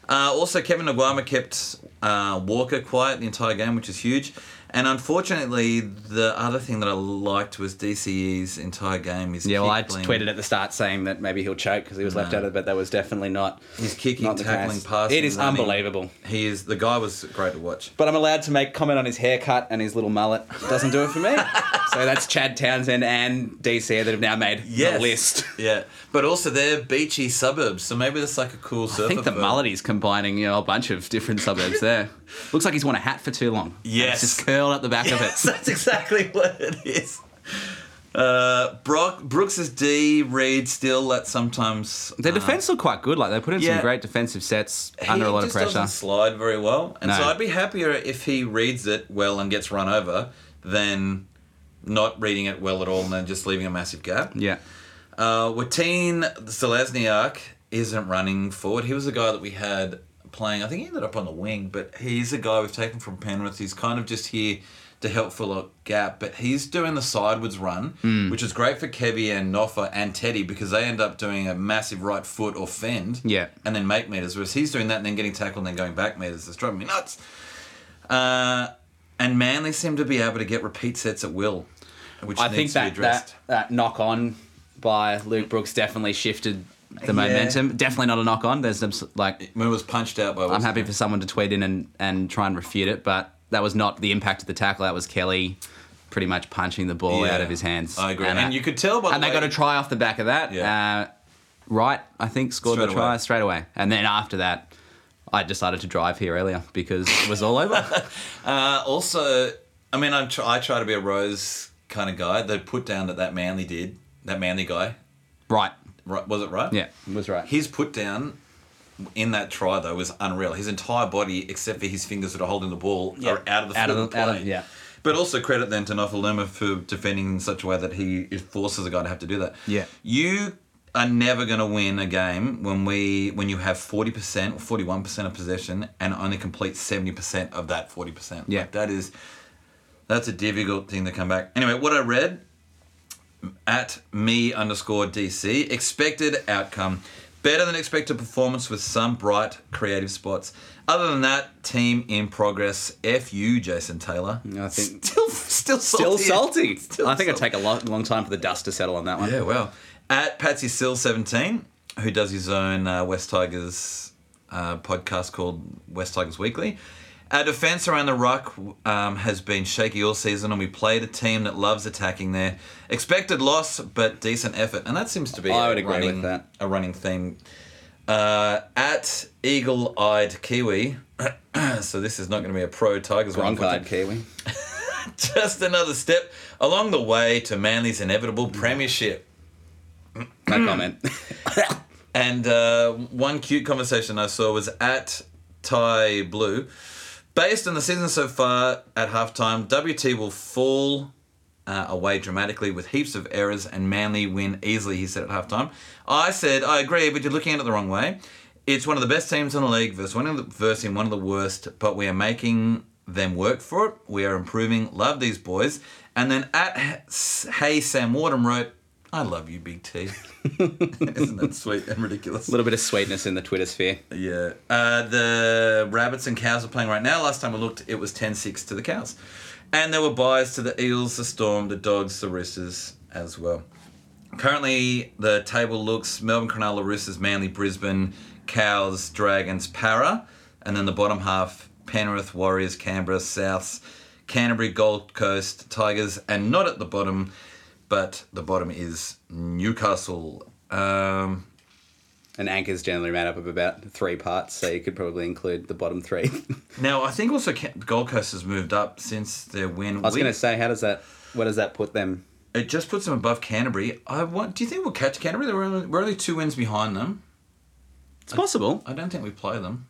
[SPEAKER 1] Uh, also, Kevin Naguama kept uh, Walker quiet the entire game, which is huge. And unfortunately, the other thing that I liked was DCE's entire game. His
[SPEAKER 2] Yeah, well,
[SPEAKER 1] kick
[SPEAKER 2] I
[SPEAKER 1] blame-
[SPEAKER 2] tweeted at the start saying that maybe he'll choke because he was left out of it, but that was definitely not.
[SPEAKER 1] his kicking,
[SPEAKER 2] not the
[SPEAKER 1] tackling,
[SPEAKER 2] case.
[SPEAKER 1] passing.
[SPEAKER 2] It is
[SPEAKER 1] running.
[SPEAKER 2] unbelievable.
[SPEAKER 1] He is the guy was great to watch.
[SPEAKER 2] But I'm allowed to make comment on his haircut and his little mullet. It doesn't do it for me. so that's Chad Townsend and DC that have now made
[SPEAKER 1] Yes.
[SPEAKER 2] the list.
[SPEAKER 1] yeah, but also they're beachy suburbs, so maybe that's like a cool.
[SPEAKER 2] I think the mullet is combining you know, a bunch of different suburbs there. Looks like he's worn a hat for too long.
[SPEAKER 1] Yes.
[SPEAKER 2] It's just curled up the back
[SPEAKER 1] Yes,
[SPEAKER 2] of it.
[SPEAKER 1] that's exactly what it is. Uh, Brock Brooks's D Reed still that sometimes
[SPEAKER 2] Their defense looked quite good. Like they put in
[SPEAKER 1] Uh, Yeah.
[SPEAKER 2] some great defensive sets
[SPEAKER 1] he
[SPEAKER 2] under a lot of
[SPEAKER 1] just
[SPEAKER 2] pressure.
[SPEAKER 1] doesn't slide very well, and so
[SPEAKER 2] No.
[SPEAKER 1] I'd be happier if he reads it well and gets run over than not reading it well at all and then just leaving a massive gap.
[SPEAKER 2] Yeah.
[SPEAKER 1] Uh, Watin Selesniak isn't running forward. He was a guy that we had playing. I think he ended up on the wing, but he's a guy we've taken from Penrith. He's kind of just here to help fill a gap, but he's doing the sidewards run,
[SPEAKER 2] Mm.
[SPEAKER 1] which is great for Kevy and Noffa and Teddy because they end up doing a massive right foot or fend
[SPEAKER 2] Yeah.
[SPEAKER 1] and then make meters. Whereas he's doing that and then getting tackled and then going back meters. It's driving me nuts. Uh, and Manly seem to be able to get repeat sets at will, which
[SPEAKER 2] I
[SPEAKER 1] needs
[SPEAKER 2] think
[SPEAKER 1] to be
[SPEAKER 2] that,
[SPEAKER 1] addressed.
[SPEAKER 2] that that knock on by Luke Brooks definitely shifted the momentum. Definitely not a knock on. There's some s- like
[SPEAKER 1] When it was punched out by.
[SPEAKER 2] I'm happy for someone to tweet in and, and try and refute it, but that was not the impact of the tackle. That was Kelly pretty much punching the ball out of his hands.
[SPEAKER 1] I agree, and,
[SPEAKER 2] And, uh,
[SPEAKER 1] you could tell by
[SPEAKER 2] and
[SPEAKER 1] the
[SPEAKER 2] they
[SPEAKER 1] way-
[SPEAKER 2] got a try off the back of that.
[SPEAKER 1] Yeah.
[SPEAKER 2] Uh, right, I think scored
[SPEAKER 1] Straight
[SPEAKER 2] the try
[SPEAKER 1] away.
[SPEAKER 2] straight away, and then after that, I decided to drive here earlier because it was all over.
[SPEAKER 1] Uh, also, I mean, I'm tr- I try to be a Rose kind of guy. They put down that that Manly did that Manly guy.
[SPEAKER 2] right.
[SPEAKER 1] Right, was it right?
[SPEAKER 2] Yeah, it was right.
[SPEAKER 1] His put down in that try though was unreal. His entire body, except for his fingers that are holding the ball, are out of the
[SPEAKER 2] Out
[SPEAKER 1] field
[SPEAKER 2] of
[SPEAKER 1] of
[SPEAKER 2] the- out of-
[SPEAKER 1] play.
[SPEAKER 2] yeah.
[SPEAKER 1] But also credit then to Nofaluma for defending in such a way that he it forces a guy to have to do that.
[SPEAKER 2] Yeah.
[SPEAKER 1] You are never going to win a game when we when you have 40% or 41% of possession and only complete 70% of that 40%.
[SPEAKER 2] Yeah.
[SPEAKER 1] Like, that is that's a difficult thing to come back. Anyway, what I read at me underscore DC. Expected outcome. Better than expected performance with some bright creative spots. Other than that, team in progress. F you, Jason Taylor.
[SPEAKER 2] I think-
[SPEAKER 1] still still salty.
[SPEAKER 2] Still salty.
[SPEAKER 1] Still
[SPEAKER 2] I think it'd
[SPEAKER 1] salty.
[SPEAKER 2] take a long, long time for the dust to settle on that one.
[SPEAKER 1] Yeah, well, at Patsy Sill seventeen, who does his own uh, West Tigers uh, podcast called West Tigers Weekly. Our defence around the ruck um, has been shaky all season, and we played a team that loves attacking there. Expected loss, but decent effort, and that seems to be
[SPEAKER 2] I
[SPEAKER 1] a
[SPEAKER 2] would agree with
[SPEAKER 1] running,
[SPEAKER 2] that.
[SPEAKER 1] a running theme. Uh, at Eagle Eyed Kiwi, so this is not going to be a pro Tigers one.
[SPEAKER 2] Bronchied Kiwi.
[SPEAKER 1] Just another step along the way to Manly's inevitable premiership.
[SPEAKER 2] No comment.
[SPEAKER 1] And uh, one cute conversation I saw was at Thai Blue. Based on the season so far at halftime, WT will fall uh, away dramatically with heaps of errors and Manly win easily, he said at halftime. I said, I agree, but you're looking at it the wrong way. It's one of the best teams in the league versus one of the, versus in one of the worst, but we are making them work for it. We are improving. Love these boys. And then at H- Hey Sam Wardham wrote, I love you, Big T. Isn't that sweet and ridiculous?
[SPEAKER 2] A little bit of sweetness in the Twitter sphere.
[SPEAKER 1] Yeah. Uh, the rabbits and cows are playing right now. Last time we looked, it was 10 6 to the cows. And there were buys to the eels, the storm, the dogs, the roosters as well. Currently, the table looks Melbourne, Cronulla, Roosters, Manly, Brisbane, Cows, Dragons, Para. And then the bottom half Penrith, Warriors, Canberra, Souths, Canterbury, Gold Coast, Tigers. And not at the bottom, but the bottom is Newcastle. Um,
[SPEAKER 2] And anchors generally made up of about three parts, so you could probably include the bottom three.
[SPEAKER 1] Now I think also Ca- Gold Coast has moved up since their win.
[SPEAKER 2] I was going to say, how does that? Where does that put them?
[SPEAKER 1] it just puts them above Canterbury. I want. Do you think we'll catch Canterbury? They're only, we're only two wins behind them.
[SPEAKER 2] It's possible.
[SPEAKER 1] I don't think we play them.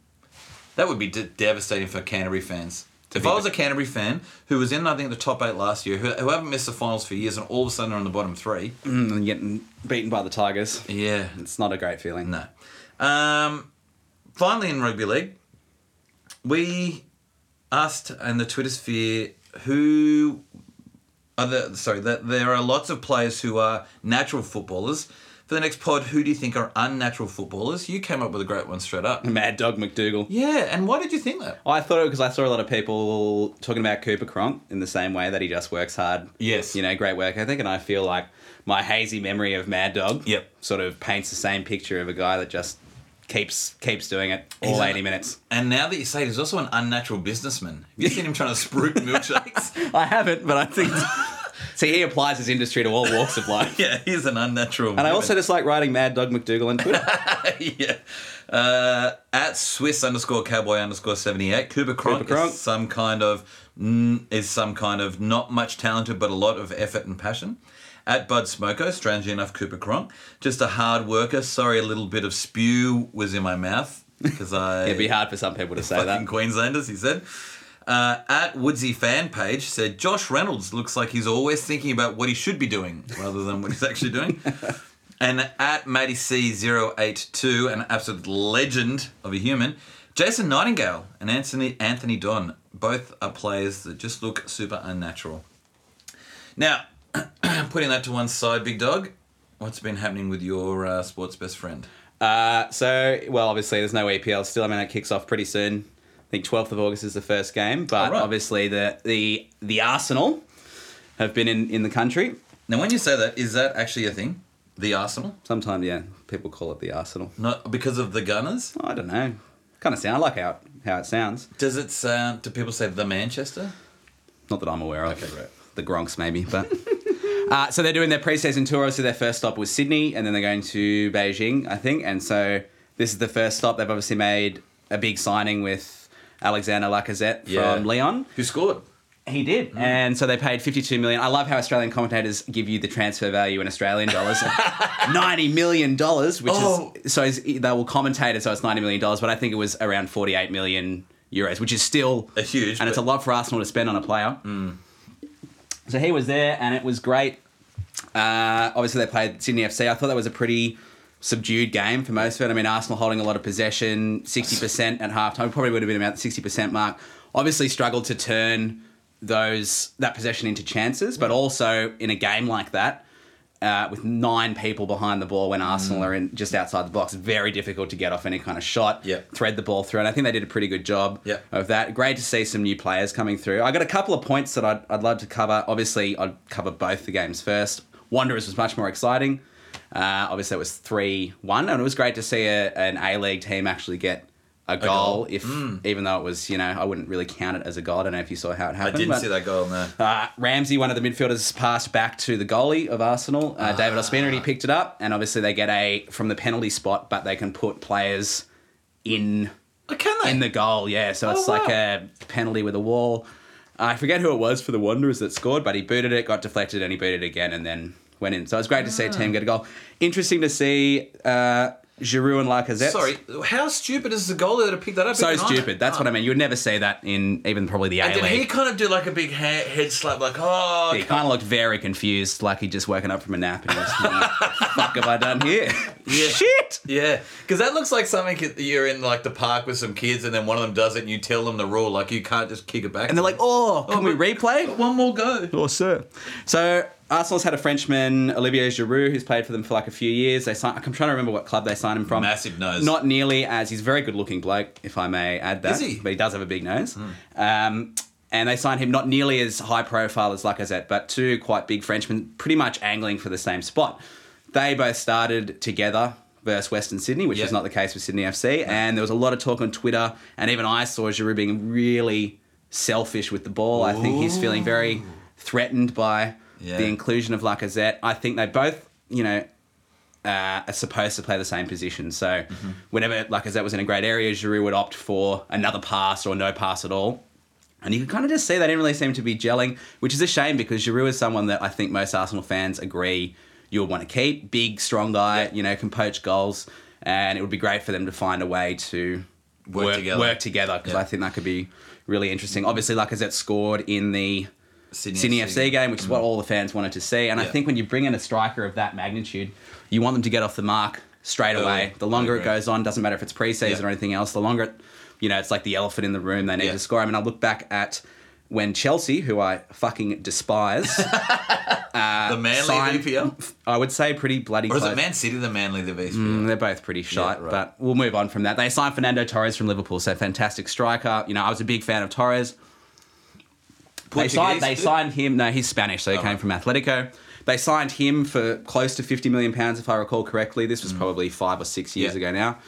[SPEAKER 1] That would be de- devastating for Canterbury fans. If I was a Canterbury fan who was in, I think, the top eight last year, who, who haven't missed the finals for years, and all of a sudden are in the bottom three.
[SPEAKER 2] Mm, and getting beaten by the Tigers.
[SPEAKER 1] Yeah,
[SPEAKER 2] It's not a great feeling.
[SPEAKER 1] no. Um, finally, in rugby league, we asked in the Twitter sphere who are the sorry that there are lots of players who are natural footballers. For the next pod, who do you think are unnatural footballers? You came up with a great one straight up.
[SPEAKER 2] Mad Dog McDougal.
[SPEAKER 1] Yeah, and why did you think that?
[SPEAKER 2] I thought it because I saw a lot of people talking about Cooper Cronk in the same way that he just works hard.
[SPEAKER 1] Yes.
[SPEAKER 2] You know, great work ethic. And I feel like my hazy memory of Mad Dog
[SPEAKER 1] Yep.
[SPEAKER 2] sort of paints the same picture of a guy that just keeps keeps doing it all
[SPEAKER 1] He's a-
[SPEAKER 2] 80 minutes.
[SPEAKER 1] And now that you say it, he's also an unnatural businessman. Have you seen him trying to spruik milkshakes?
[SPEAKER 2] I haven't, but I think. See, he applies his industry to all walks of life.
[SPEAKER 1] yeah, he's an unnatural.
[SPEAKER 2] And I also just like writing Mad Dog McDougal on Twitter.
[SPEAKER 1] yeah. Uh, at Swiss underscore cowboy underscore seventy eight, Cooper Cronk,
[SPEAKER 2] Cooper Cronk.
[SPEAKER 1] is some kind of mm, is some kind of not much talented but a lot of effort and passion. At Bud Smoko, strangely enough, Cooper Cronk, just a hard worker. Sorry, a little bit of spew was in my mouth because I
[SPEAKER 2] It'd be hard for some people to say
[SPEAKER 1] fucking
[SPEAKER 2] that.
[SPEAKER 1] Queenslanders. He said. Uh, at Woodsy fan page said Josh Reynolds looks like he's always thinking about what he should be doing rather than what he's actually doing. And at Matty C082, an absolute legend of a human, Jason Nightingale and Anthony Anthony Don both are players that just look super unnatural. Now, putting that to one side, big dog, what's been happening with your uh, sports best friend?
[SPEAKER 2] Uh, so, well, obviously, there's no EPL still. I mean, it kicks off pretty soon. I think 12th of August is the first game, but
[SPEAKER 1] Oh, right.
[SPEAKER 2] obviously the the the Arsenal have been in, in the country.
[SPEAKER 1] Now, when you say that, is that actually a thing? The Arsenal?
[SPEAKER 2] Sometimes, yeah, people call it the Arsenal.
[SPEAKER 1] Not because of the Gunners.
[SPEAKER 2] I don't know. Kind of sound I like how it, how it sounds.
[SPEAKER 1] Does it sound? Do people say the Manchester?
[SPEAKER 2] Not that I'm aware of.
[SPEAKER 1] Okay, right.
[SPEAKER 2] The Gronks, maybe, but. Uh, so they're doing their pre-season tour. So their first stop was Sydney, and then they're going to Beijing, I think. And so this is the first stop. They've obviously made a big signing with Alexander Lacazette
[SPEAKER 1] Yeah.
[SPEAKER 2] from Leon.
[SPEAKER 1] Who scored?
[SPEAKER 2] He did, and so they paid fifty-two million. I love how Australian commentators give you the transfer value in Australian dollars, ninety million dollars, which
[SPEAKER 1] Oh.
[SPEAKER 2] is so is, they will commentate it, so it's ninety million dollars. But I think it was around forty-eight million euros, which is still
[SPEAKER 1] A huge,
[SPEAKER 2] and it's a
[SPEAKER 1] but-
[SPEAKER 2] lot for Arsenal to spend on a player. So he was there, and it was great. Uh, obviously, they played Sydney FC. I thought that was a pretty subdued game for most of it. I mean, Arsenal holding a lot of possession, 60% at halftime, probably would have been about the 60% mark. Obviously, struggled to turn those that possession into chances, but also in a game like that, uh, with nine people behind the ball when
[SPEAKER 1] Mm.
[SPEAKER 2] Arsenal are in just outside the box, very difficult to get off any kind of shot,
[SPEAKER 1] Yep.
[SPEAKER 2] thread the ball through. And I think they did a pretty good job
[SPEAKER 1] Yep.
[SPEAKER 2] of that. Great to see some new players coming through. I got a couple of points that I'd, I'd love to cover. Obviously, I'd cover both the games first. Wanderers was much more exciting. Uh, obviously, it was 3 1, and it was great to see a, an A League team actually get a goal,
[SPEAKER 1] goal. Mm.
[SPEAKER 2] if even though it was, you know, I wouldn't really count it as a goal. I don't know if you saw how
[SPEAKER 1] I
[SPEAKER 2] it happened.
[SPEAKER 1] didn't
[SPEAKER 2] but-
[SPEAKER 1] see that goal. No.
[SPEAKER 2] uh, Ramsey, one of the midfielders, passed back to the goalie of Arsenal,
[SPEAKER 1] Ah.
[SPEAKER 2] uh, David Ospina, and he picked it up. And obviously, they get a from the penalty spot, but they can put players in
[SPEAKER 1] Oh, can they?
[SPEAKER 2] in the goal. Yeah, so it's
[SPEAKER 1] wow.
[SPEAKER 2] like a penalty with a wall. I forget who it was for the Wanderers that scored, but he booted it, got deflected, and he booted it again, and then went in. So it's great to see a team get a goal. Interesting to see uh, Giroud and Lacazette.
[SPEAKER 1] Sorry, how stupid is the goalie that picked that up?
[SPEAKER 2] so stupid. That's what I mean. You would never see that in even probably the A
[SPEAKER 1] And
[SPEAKER 2] League.
[SPEAKER 1] did he kind of do like a big ha- head slap, like oh?
[SPEAKER 2] He kind of looked very confused, like he'd just woken up from a nap and he was thinking, "What the fuck have I done here? shit.
[SPEAKER 1] Yeah, because that looks like something that you're in like the park with some kids, and then one of them does it, and you tell them the rule, like you can't just kick it back.
[SPEAKER 2] And they're like, oh, can we
[SPEAKER 1] but-
[SPEAKER 2] replay?
[SPEAKER 1] one more go.
[SPEAKER 2] Oh, sir. So Arsenal's had a Frenchman, Olivier Giroud, who's played for them for like a few years. They signed, I'm trying to remember what club they signed him from.
[SPEAKER 1] Massive nose.
[SPEAKER 2] Not nearly as he's a very good looking bloke, if I may add that.
[SPEAKER 1] Is he? Hmm.
[SPEAKER 2] But he does have a big nose. Um, and they signed him not nearly as high profile as Lacazette, but two quite big Frenchmen, pretty much angling for the same spot. They both started together versus Western Sydney, which
[SPEAKER 1] Yeah.
[SPEAKER 2] is not the case with Sydney FC. And there was a lot of talk on Twitter, and even I saw Giroud being really selfish with the ball. I think he's feeling very threatened by
[SPEAKER 1] Yeah.
[SPEAKER 2] the inclusion of Lacazette. I think they both, you know, uh, are supposed to play the same position. So
[SPEAKER 1] Mm-hmm.
[SPEAKER 2] whenever Lacazette was in a great area, Giroud would opt for another pass or no pass at all. And you can kind of just see they didn't really seem to be gelling, which is a shame because Giroud is someone that I think most Arsenal fans agree you'll want to keep. Big, strong guy, you know, can poach goals, and it would be great for them to find a way to
[SPEAKER 1] Work together.
[SPEAKER 2] Work together because
[SPEAKER 1] Yeah.
[SPEAKER 2] I think that could be really interesting. Obviously, Lacazette scored in the
[SPEAKER 1] Sydney,
[SPEAKER 2] Sydney FC game, which is what all the fans wanted to see. And I
[SPEAKER 1] Yeah.
[SPEAKER 2] think when you bring in a striker of that magnitude, you want them to get off the mark straight
[SPEAKER 1] Early.
[SPEAKER 2] away. The longer it
[SPEAKER 1] Agree.
[SPEAKER 2] goes on, doesn't matter if it's preseason
[SPEAKER 1] Yeah.
[SPEAKER 2] or anything else. The longer, it, you know, it's like the elephant in the room. They need
[SPEAKER 1] Yeah.
[SPEAKER 2] to score. I mean, I look back at when Chelsea, who I fucking despise, uh,
[SPEAKER 1] the Manly
[SPEAKER 2] signed-
[SPEAKER 1] VPL,
[SPEAKER 2] I would say pretty bloody
[SPEAKER 1] or is
[SPEAKER 2] close.
[SPEAKER 1] it Man City? The Manly the VPL.
[SPEAKER 2] Mm, They're both pretty shite,
[SPEAKER 1] right.
[SPEAKER 2] but we'll move on from that. They signed Fernando Torres from Liverpool, so fantastic striker. You know, I was a big fan of Torres. They
[SPEAKER 1] Portuguese
[SPEAKER 2] signed, they
[SPEAKER 1] too?
[SPEAKER 2] signed him. No, he's Spanish, so he came
[SPEAKER 1] right.
[SPEAKER 2] from Atletico. They signed him for close to fifty million pounds, if I recall correctly. This was probably five or six years
[SPEAKER 1] Mm. Yeah.
[SPEAKER 2] ago now,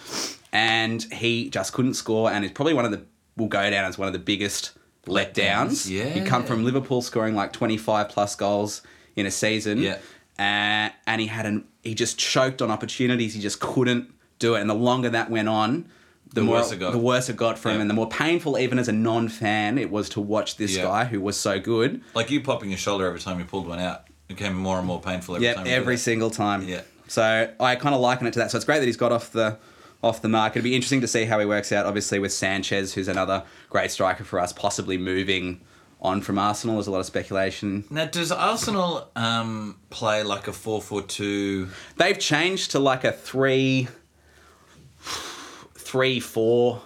[SPEAKER 2] and he just couldn't score, and is probably one of the will go down as one of the biggest letdowns.
[SPEAKER 1] Yeah.
[SPEAKER 2] he'd come from Liverpool scoring like twenty five plus goals in a season.
[SPEAKER 1] Yeah.
[SPEAKER 2] Uh, and he had an he just choked on opportunities. He just couldn't do it. And the longer that went on, the, more
[SPEAKER 1] worse it got.
[SPEAKER 2] the worse it got for him,
[SPEAKER 1] Yeah.
[SPEAKER 2] and the more painful, even as a non fan, it was to watch this
[SPEAKER 1] Yeah.
[SPEAKER 2] guy who was so good.
[SPEAKER 1] like you popping your shoulder every time you pulled one out. It became more and more painful every
[SPEAKER 2] Yep,
[SPEAKER 1] time. you did
[SPEAKER 2] every
[SPEAKER 1] it.
[SPEAKER 2] single time.
[SPEAKER 1] Yeah.
[SPEAKER 2] So I kind of liken it to that. So it's great that he's got off the off the mark. It'd be interesting to see how he works out. Obviously with Sanchez, who's another great striker for us, possibly moving on from Arsenal. There's a lot of speculation.
[SPEAKER 1] Now, does Arsenal um, play like a 4 4 2?
[SPEAKER 2] They've changed to like a three, three, four,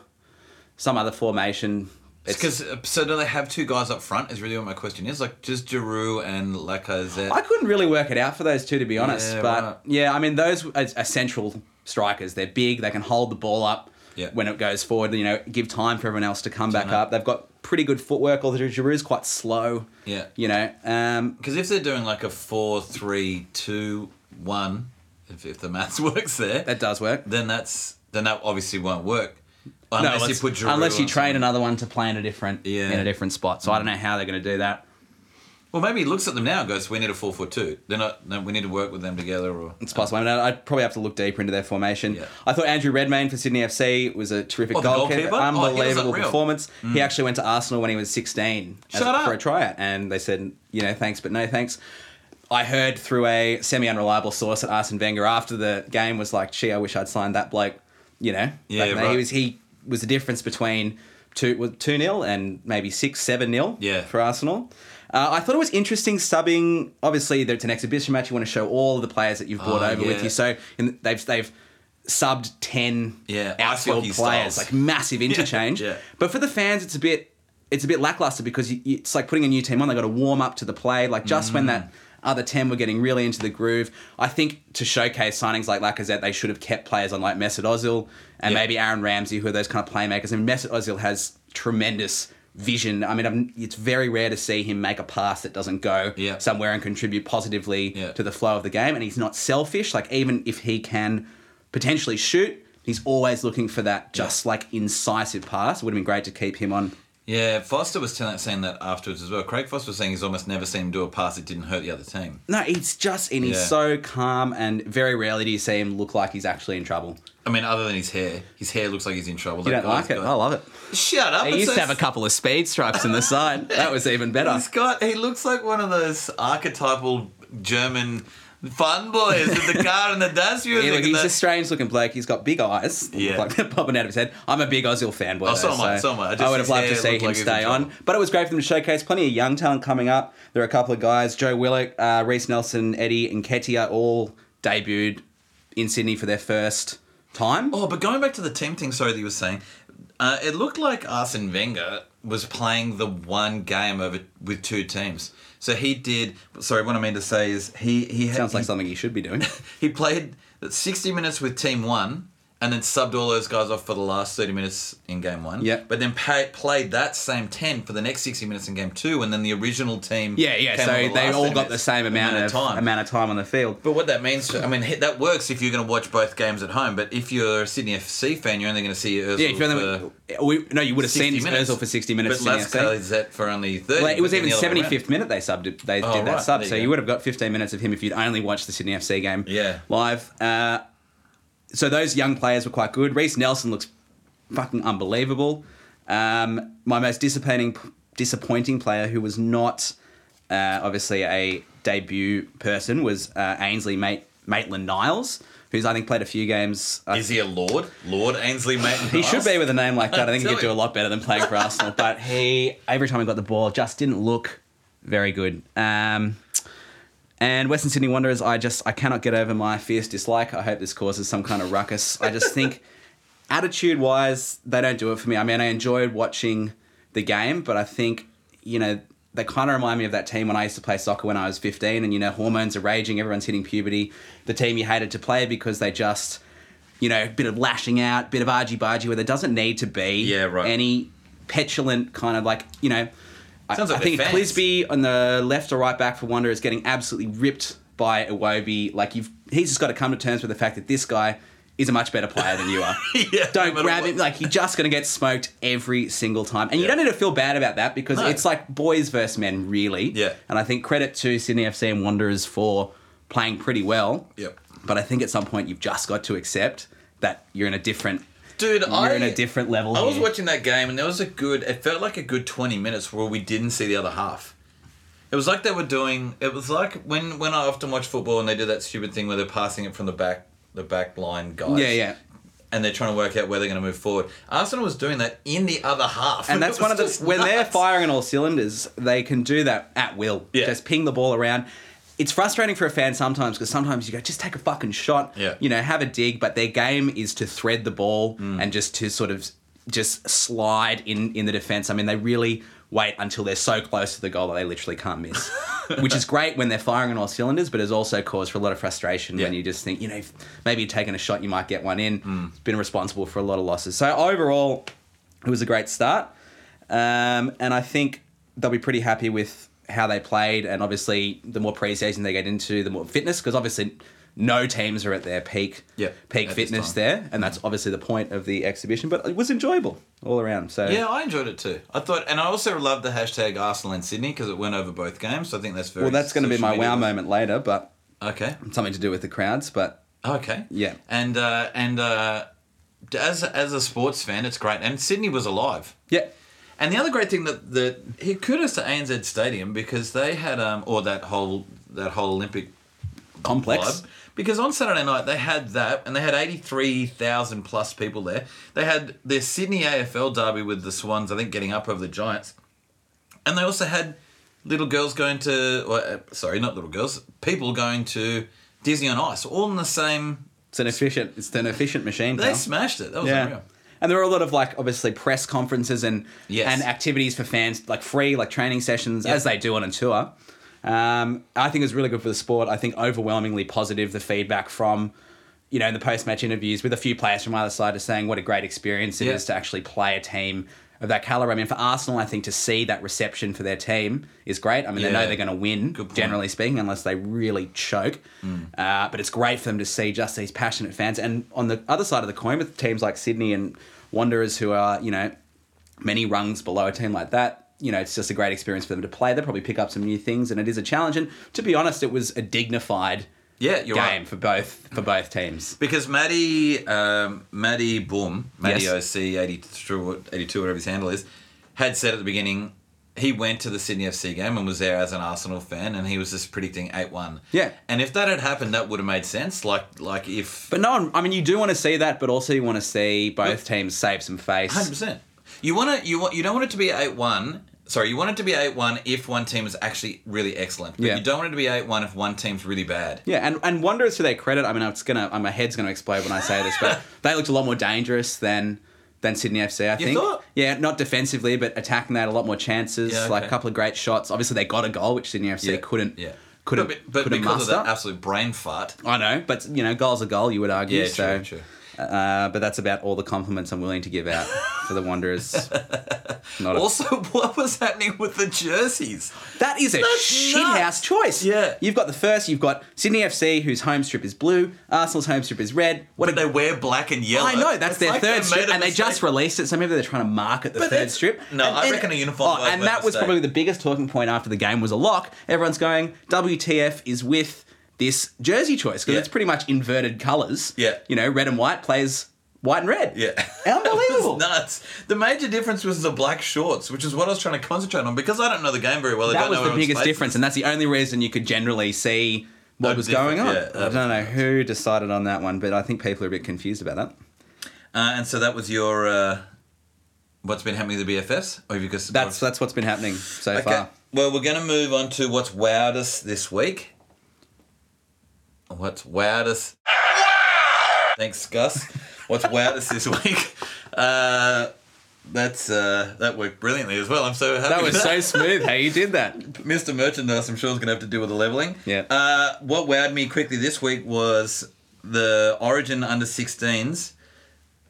[SPEAKER 2] some other formation. It's-
[SPEAKER 1] Because uh, so do they have two guys up front? Is really what my question is. Like just Giroud and Lacazette.
[SPEAKER 2] I couldn't really work it out for those two, to be honest.
[SPEAKER 1] Yeah,
[SPEAKER 2] but
[SPEAKER 1] right.
[SPEAKER 2] yeah, I mean, those are, are central strikers. They're big. They can hold the ball up
[SPEAKER 1] Yeah.
[SPEAKER 2] when it goes forward. You know, give time for everyone else to come back up. They've got pretty good footwork. Although Giroud's quite slow.
[SPEAKER 1] Yeah.
[SPEAKER 2] You know, um,
[SPEAKER 1] Because if they're doing like a four three two one, if, if the maths works there,
[SPEAKER 2] that does work.
[SPEAKER 1] then that's then that obviously won't work.
[SPEAKER 2] No,
[SPEAKER 1] Unless you
[SPEAKER 2] it's-
[SPEAKER 1] put Giroud.
[SPEAKER 2] unless you
[SPEAKER 1] on
[SPEAKER 2] train
[SPEAKER 1] someone.
[SPEAKER 2] another one to play in a different
[SPEAKER 1] Yeah.
[SPEAKER 2] in a different spot. So I don't know how they're going to do that.
[SPEAKER 1] Well, maybe he looks at them now and goes, "We need a four four two. They're not. No, we need to work with them together." Or
[SPEAKER 2] It's possible. I mean, I'd probably have to look deeper into their formation.
[SPEAKER 1] Yeah.
[SPEAKER 2] I thought Andrew Redmayne for Sydney FC was a terrific
[SPEAKER 1] Oh, the
[SPEAKER 2] goalkeeper.
[SPEAKER 1] goalkeeper? Oh, he was
[SPEAKER 2] Unbelievable
[SPEAKER 1] unreal.
[SPEAKER 2] performance. He actually went to Arsenal when he was 16 as-
[SPEAKER 1] Shut up.
[SPEAKER 2] for a tryout, and they said, you know, thanks, but no thanks. I heard through a semi unreliable source that Arsene Wenger after the game was like, gee, I wish I'd signed that bloke, you know.
[SPEAKER 1] Yeah,
[SPEAKER 2] back in the day.
[SPEAKER 1] right.
[SPEAKER 2] He was he was the difference between two well, two nil and maybe six seven nil
[SPEAKER 1] Yeah.
[SPEAKER 2] for Arsenal. Uh, I thought it was interesting subbing. Obviously, that it's an exhibition match. You want to show all of the players that you've brought
[SPEAKER 1] Oh,
[SPEAKER 2] over
[SPEAKER 1] yeah.
[SPEAKER 2] with you. So in, they've they've subbed ten
[SPEAKER 1] Yeah, ice
[SPEAKER 2] outfield
[SPEAKER 1] hockey
[SPEAKER 2] players,
[SPEAKER 1] styles.
[SPEAKER 2] like massive interchange.
[SPEAKER 1] yeah.
[SPEAKER 2] But for the fans, it's a bit it's a bit lackluster because you, you- it's like putting a new team on. They got to warm up to the play. Like just when
[SPEAKER 1] Mm.
[SPEAKER 2] that other ten were getting really into the groove, I think to showcase signings like Lacazette, they should have kept players on like Mesut Ozil and
[SPEAKER 1] Yeah.
[SPEAKER 2] maybe Aaron Ramsey, who are those kind of playmakers. And Mesut Ozil has tremendous vision. I mean, I'm, it's very rare to see him make a pass that doesn't go
[SPEAKER 1] Yeah.
[SPEAKER 2] somewhere and contribute positively
[SPEAKER 1] Yeah.
[SPEAKER 2] to the flow of the game. And he's not selfish. Like even if he can potentially shoot, he's always looking for that just like incisive pass. It would have been great to keep him on.
[SPEAKER 1] yeah, Foster was telling, saying that afterwards as well. Craig Foster was saying he's almost never seen him do a pass that didn't hurt the other team.
[SPEAKER 2] No, he's just and he's
[SPEAKER 1] Yeah.
[SPEAKER 2] so calm and very rarely do you see him look like he's actually in trouble.
[SPEAKER 1] I mean, other than his hair, his hair looks like he's in trouble.
[SPEAKER 2] You
[SPEAKER 1] That
[SPEAKER 2] don't like
[SPEAKER 1] guy's
[SPEAKER 2] it?
[SPEAKER 1] got-
[SPEAKER 2] I love it.
[SPEAKER 1] Shut up!
[SPEAKER 2] He
[SPEAKER 1] it's
[SPEAKER 2] used to
[SPEAKER 1] so
[SPEAKER 2] have a couple of speed stripes in the side. That was even better.
[SPEAKER 1] He's got. He looks like one of those archetypal German fun boys with the car and the dance music.
[SPEAKER 2] Yeah, look,
[SPEAKER 1] and
[SPEAKER 2] he's
[SPEAKER 1] that-
[SPEAKER 2] a strange looking bloke. He's got big eyes,
[SPEAKER 1] Yeah.
[SPEAKER 2] like they're popping out of his head. I'm a big Ozil fanboy.
[SPEAKER 1] Oh, so
[SPEAKER 2] though,
[SPEAKER 1] am I, so am I. I just-
[SPEAKER 2] would have
[SPEAKER 1] his
[SPEAKER 2] loved to
[SPEAKER 1] hair
[SPEAKER 2] see
[SPEAKER 1] looked like
[SPEAKER 2] him
[SPEAKER 1] he was in
[SPEAKER 2] stay
[SPEAKER 1] trouble.
[SPEAKER 2] on, but it was great for them to showcase plenty of young talent coming up. There are a couple of guys: Joe Willock, uh, Reese Nelson, Eddie, and Ketia all debuted in Sydney for their first time.
[SPEAKER 1] Oh, but going back to the team thing, sorry that you were saying, uh, it looked like Arsene Wenger was playing the one game over with two teams. So he did. Sorry, what I mean to say is he he had,
[SPEAKER 2] Sounds like
[SPEAKER 1] he,
[SPEAKER 2] something you should be doing.
[SPEAKER 1] he played sixty minutes with team one, and then subbed all those guys off for the last thirty minutes in game one.
[SPEAKER 2] Yeah.
[SPEAKER 1] But then pay, played that same ten for the next sixty minutes in game two, and then the original team.
[SPEAKER 2] Yeah, yeah.
[SPEAKER 1] came
[SPEAKER 2] So
[SPEAKER 1] on the
[SPEAKER 2] they
[SPEAKER 1] last
[SPEAKER 2] all
[SPEAKER 1] 30
[SPEAKER 2] got the
[SPEAKER 1] minutes-
[SPEAKER 2] same amount of time. amount of time on the field.
[SPEAKER 1] But what that means, I mean, he- that works if you're going to watch both games at home. But if you're a Sydney FC fan, you're only going to see Ozil
[SPEAKER 2] Yeah, if you
[SPEAKER 1] for
[SPEAKER 2] only, we, no, you would have seen
[SPEAKER 1] 60 minutes.
[SPEAKER 2] Özil for sixty minutes.
[SPEAKER 1] But
[SPEAKER 2] in the
[SPEAKER 1] Lasko
[SPEAKER 2] FC.
[SPEAKER 1] is that for only thirty.
[SPEAKER 2] Well, it was
[SPEAKER 1] but then
[SPEAKER 2] even
[SPEAKER 1] the other way
[SPEAKER 2] seventy
[SPEAKER 1] around.
[SPEAKER 2] fifth minute they subbed. They
[SPEAKER 1] Oh,
[SPEAKER 2] did that
[SPEAKER 1] right,
[SPEAKER 2] sub,
[SPEAKER 1] there you
[SPEAKER 2] so
[SPEAKER 1] go.
[SPEAKER 2] you would have got fifteen minutes of him if you'd only watched the Sydney FC game.
[SPEAKER 1] Yeah.
[SPEAKER 2] live. Uh, so those young players were quite good. Reese Nelson looks fucking unbelievable. Um, my most disappointing disappointing player, who was not uh, obviously a debut person, was uh, Ainsley Mate, Maitland Niles, who's I think played a few games. I
[SPEAKER 1] Is he a Lord? Lord Ainsley Maitland.
[SPEAKER 2] he should be with a name like that. I think he
[SPEAKER 1] I'm
[SPEAKER 2] could do a
[SPEAKER 1] telling
[SPEAKER 2] lot better than playing for Arsenal. But he, every time he got the ball, just didn't look very good. Um, and Western Sydney Wanderers, I just I cannot get over my fierce dislike. I hope this causes some kind of ruckus. I just think, attitude wise, they don't do it for me. I mean, I enjoyed watching the game, but I think you know they kind of remind me of that team when I used to play soccer when I was fifteen, and you know hormones are raging, everyone's hitting puberty. The team you hated to play because they just you know, bit of lashing out, bit of argy bargy where there doesn't need to be
[SPEAKER 1] Yeah, right.
[SPEAKER 2] any petulant kind of like, you know, I,
[SPEAKER 1] Sounds like
[SPEAKER 2] I think
[SPEAKER 1] they're fans.
[SPEAKER 2] Clisby on the left or right back for Wonder is getting absolutely ripped by Iwobi. Like you've he's just got to come to terms with the fact that this guy is a much better player than you are.
[SPEAKER 1] Yeah, no
[SPEAKER 2] Don't
[SPEAKER 1] matter
[SPEAKER 2] grab
[SPEAKER 1] what.
[SPEAKER 2] him. Like you're just going to get smoked every single time. And you
[SPEAKER 1] Yeah.
[SPEAKER 2] don't need to feel bad about that because
[SPEAKER 1] No.
[SPEAKER 2] it's like boys versus men, really.
[SPEAKER 1] Yeah.
[SPEAKER 2] And I think credit to Sydney FC and Wanderers for playing pretty well.
[SPEAKER 1] Yep.
[SPEAKER 2] But I think at some point you've just got to accept that you're in a different
[SPEAKER 1] Dude,
[SPEAKER 2] you're
[SPEAKER 1] I
[SPEAKER 2] in a different level.
[SPEAKER 1] I was
[SPEAKER 2] here.
[SPEAKER 1] watching that game and there was a good. It felt like a good twenty minutes where we didn't see the other half. It was like they were doing. It was like when when I often watch football and they do that stupid thing where they're passing it from the back the back line guys.
[SPEAKER 2] Yeah, yeah.
[SPEAKER 1] And they're trying to work out where they're going to move forward. Arsenal was doing that in the other half,
[SPEAKER 2] And that's
[SPEAKER 1] It
[SPEAKER 2] one of
[SPEAKER 1] was
[SPEAKER 2] the
[SPEAKER 1] just
[SPEAKER 2] when they're
[SPEAKER 1] nuts.
[SPEAKER 2] firing on all cylinders, they can do that at will.
[SPEAKER 1] Yeah.
[SPEAKER 2] Just ping the ball around. It's frustrating for a fan sometimes because sometimes you go, just take a fucking shot.
[SPEAKER 1] Yeah.
[SPEAKER 2] You know, have a dig, but their game is to thread the ball
[SPEAKER 1] Mm.
[SPEAKER 2] and just to sort of just slide in in the defense. I mean, they really wait until they're so close to the goal that they literally can't miss. Which is great when they're firing on all cylinders, but is also cause for a lot of frustration when
[SPEAKER 1] Yeah. Mm.
[SPEAKER 2] you just think, you know, if maybe you're taking a shot, you might get one in. It's been responsible for a lot of losses. So overall, it was a great start. Um, and I think they'll be pretty happy with how they played. And obviously, the more preseason they get into, the more fitness, because obviously, no teams are at their peak
[SPEAKER 1] Yeah,
[SPEAKER 2] peak
[SPEAKER 1] at this time.
[SPEAKER 2] fitness
[SPEAKER 1] Mm-hmm.
[SPEAKER 2] there. And that's obviously the point of the exhibition. But it was enjoyable all around. So
[SPEAKER 1] Yeah, I enjoyed it too. I thought, and I also loved the hashtag Arsenal and Sydney because it went over both games. So I think that's very.
[SPEAKER 2] well, that's going to be
[SPEAKER 1] social
[SPEAKER 2] my
[SPEAKER 1] media.
[SPEAKER 2] wow moment later, but
[SPEAKER 1] Okay.
[SPEAKER 2] something to do with the crowds. But
[SPEAKER 1] Okay.
[SPEAKER 2] Yeah.
[SPEAKER 1] And uh, and uh, as as a sports fan, it's great. And Sydney was alive.
[SPEAKER 2] yeah,
[SPEAKER 1] And the other great thing that that here kudos to ANZ Stadium because they had um or that whole that whole Olympic
[SPEAKER 2] complex.
[SPEAKER 1] vibe. Because on Saturday night they had that, and they had eighty-three thousand plus people there. They had their Sydney AFL derby with the Swans, I think, getting up over the Giants, and they also had little girls going to, well, uh, sorry, not little girls, people going to Disney on Ice, all in the same.
[SPEAKER 2] It's an efficient. It's an efficient machine.
[SPEAKER 1] They
[SPEAKER 2] pal.
[SPEAKER 1] smashed it. That was
[SPEAKER 2] Yeah.
[SPEAKER 1] unreal.
[SPEAKER 2] And there were a lot of like obviously press conferences and
[SPEAKER 1] Yes.
[SPEAKER 2] and activities for fans, like free like training sessions
[SPEAKER 1] Yeah.
[SPEAKER 2] as they do on a tour. Um, I think it was really good for the sport. I think overwhelmingly positive the feedback from you know in the post match interviews with a few players from either side are saying what a great experience it is
[SPEAKER 1] Yeah.
[SPEAKER 2] to actually play a team of that caliber. I mean, for Arsenal, I think to see that reception for their team is great. I mean, they know
[SPEAKER 1] Yeah.
[SPEAKER 2] they're going to win
[SPEAKER 1] Good point. Mm.
[SPEAKER 2] generally speaking, unless they really choke. Uh, but it's great for them to see just these passionate fans. And on the other side of the coin, with teams like Sydney and Wanderers, who are you know many rungs below a team like that, you know it's just a great experience for them to play. They probably pick up some new things, and it is a challenge. And to be honest, it was a dignified
[SPEAKER 1] Yeah, you're
[SPEAKER 2] game
[SPEAKER 1] right.
[SPEAKER 2] for both for both teams.
[SPEAKER 1] Because Maddie, um, Maddie Boom, Maddie
[SPEAKER 2] Yes.
[SPEAKER 1] OC 82, 82, whatever his handle is, had said at the beginning, he went to the Sydney FC game and was there as an Arsenal fan, and he was just predicting 8 1.
[SPEAKER 2] Yeah.
[SPEAKER 1] And if that had happened, that would have made sense. Like, like if.
[SPEAKER 2] But no, one- I mean you do want to see that, but also you want to see both teams save some face.
[SPEAKER 1] 100%. You want to you want you don't want it to be eight one Sorry, you want it to be 8 1 if one team is actually really excellent. But
[SPEAKER 2] Yeah.
[SPEAKER 1] you don't want it to be 8 1 if one team's really bad.
[SPEAKER 2] Yeah, and, and Wanderers to their credit, I mean, it's gonna, uh, my head's gonna explode when I say this, but they looked a lot more dangerous than than Sydney FC. I
[SPEAKER 1] You
[SPEAKER 2] think.
[SPEAKER 1] thought?
[SPEAKER 2] Yeah, not defensively, but attacking, they had a lot more chances.
[SPEAKER 1] Yeah,
[SPEAKER 2] Like a
[SPEAKER 1] okay.
[SPEAKER 2] couple of great shots. Obviously, they got a goal, which Sydney FC
[SPEAKER 1] Yeah,
[SPEAKER 2] couldn't.
[SPEAKER 1] yeah.
[SPEAKER 2] Couldn't.
[SPEAKER 1] but but
[SPEAKER 2] couldn't
[SPEAKER 1] because of
[SPEAKER 2] muster.
[SPEAKER 1] that absolute brain fart.
[SPEAKER 2] I know, but you know, goal's a goal. You would argue.
[SPEAKER 1] Yeah, true,
[SPEAKER 2] so,
[SPEAKER 1] true.
[SPEAKER 2] Uh, but that's about all the compliments I'm willing to give out for the Wanderers. Not a-
[SPEAKER 1] Also, what was happening with the jerseys?
[SPEAKER 2] That is a
[SPEAKER 1] That's nuts.
[SPEAKER 2] shithouse choice.
[SPEAKER 1] Yeah.
[SPEAKER 2] You've got the first, you've got Sydney FC, whose home strip is blue, Arsenal's home strip is red. What
[SPEAKER 1] But they wear black and yellow.
[SPEAKER 2] I know, that's
[SPEAKER 1] It's
[SPEAKER 2] their
[SPEAKER 1] like they
[SPEAKER 2] third strip,
[SPEAKER 1] made a
[SPEAKER 2] and they just
[SPEAKER 1] mistake.
[SPEAKER 2] released it, so maybe they're trying to market the
[SPEAKER 1] But
[SPEAKER 2] third
[SPEAKER 1] it's-
[SPEAKER 2] strip.
[SPEAKER 1] No,
[SPEAKER 2] And-
[SPEAKER 1] I
[SPEAKER 2] and-
[SPEAKER 1] reckon a uniform
[SPEAKER 2] Oh,
[SPEAKER 1] was
[SPEAKER 2] and
[SPEAKER 1] their
[SPEAKER 2] that was
[SPEAKER 1] mistake.
[SPEAKER 2] probably the biggest talking point after the game was a lock. Everyone's going, WTF is with this jersey choice because
[SPEAKER 1] Yeah.
[SPEAKER 2] it's pretty much inverted colours.
[SPEAKER 1] Yeah.
[SPEAKER 2] you know, red and white plays white and red.
[SPEAKER 1] Yeah.
[SPEAKER 2] unbelievable.
[SPEAKER 1] It was nuts. The major difference was the black shorts, which is what I was trying to concentrate on because I don't know the game very well. I
[SPEAKER 2] that
[SPEAKER 1] don't
[SPEAKER 2] was
[SPEAKER 1] know
[SPEAKER 2] the
[SPEAKER 1] everyone's
[SPEAKER 2] biggest
[SPEAKER 1] faces.
[SPEAKER 2] difference, and that's the only reason you could generally see what
[SPEAKER 1] No
[SPEAKER 2] was
[SPEAKER 1] difference,
[SPEAKER 2] going on.
[SPEAKER 1] yeah, that
[SPEAKER 2] I
[SPEAKER 1] was
[SPEAKER 2] don't know who decided on that one, but I think people are a bit confused about that.
[SPEAKER 1] Uh, and so that was your uh, what's been happening to the BFFs, or have you got some-
[SPEAKER 2] That's that's what's been happening so
[SPEAKER 1] okay.
[SPEAKER 2] far.
[SPEAKER 1] Well, we're going to move on to what's wowed us this week. What's wowed us? Thanks, Gus. What's wowed us this week? Uh, that's uh, that worked brilliantly as well. I'm so happy.
[SPEAKER 2] That
[SPEAKER 1] with
[SPEAKER 2] was so smooth how you did that.
[SPEAKER 1] Mr. Merchandise, I'm sure, is going to have to do with the leveling.
[SPEAKER 2] Yeah.
[SPEAKER 1] Uh, what wowed me quickly this week was the Origin under 16s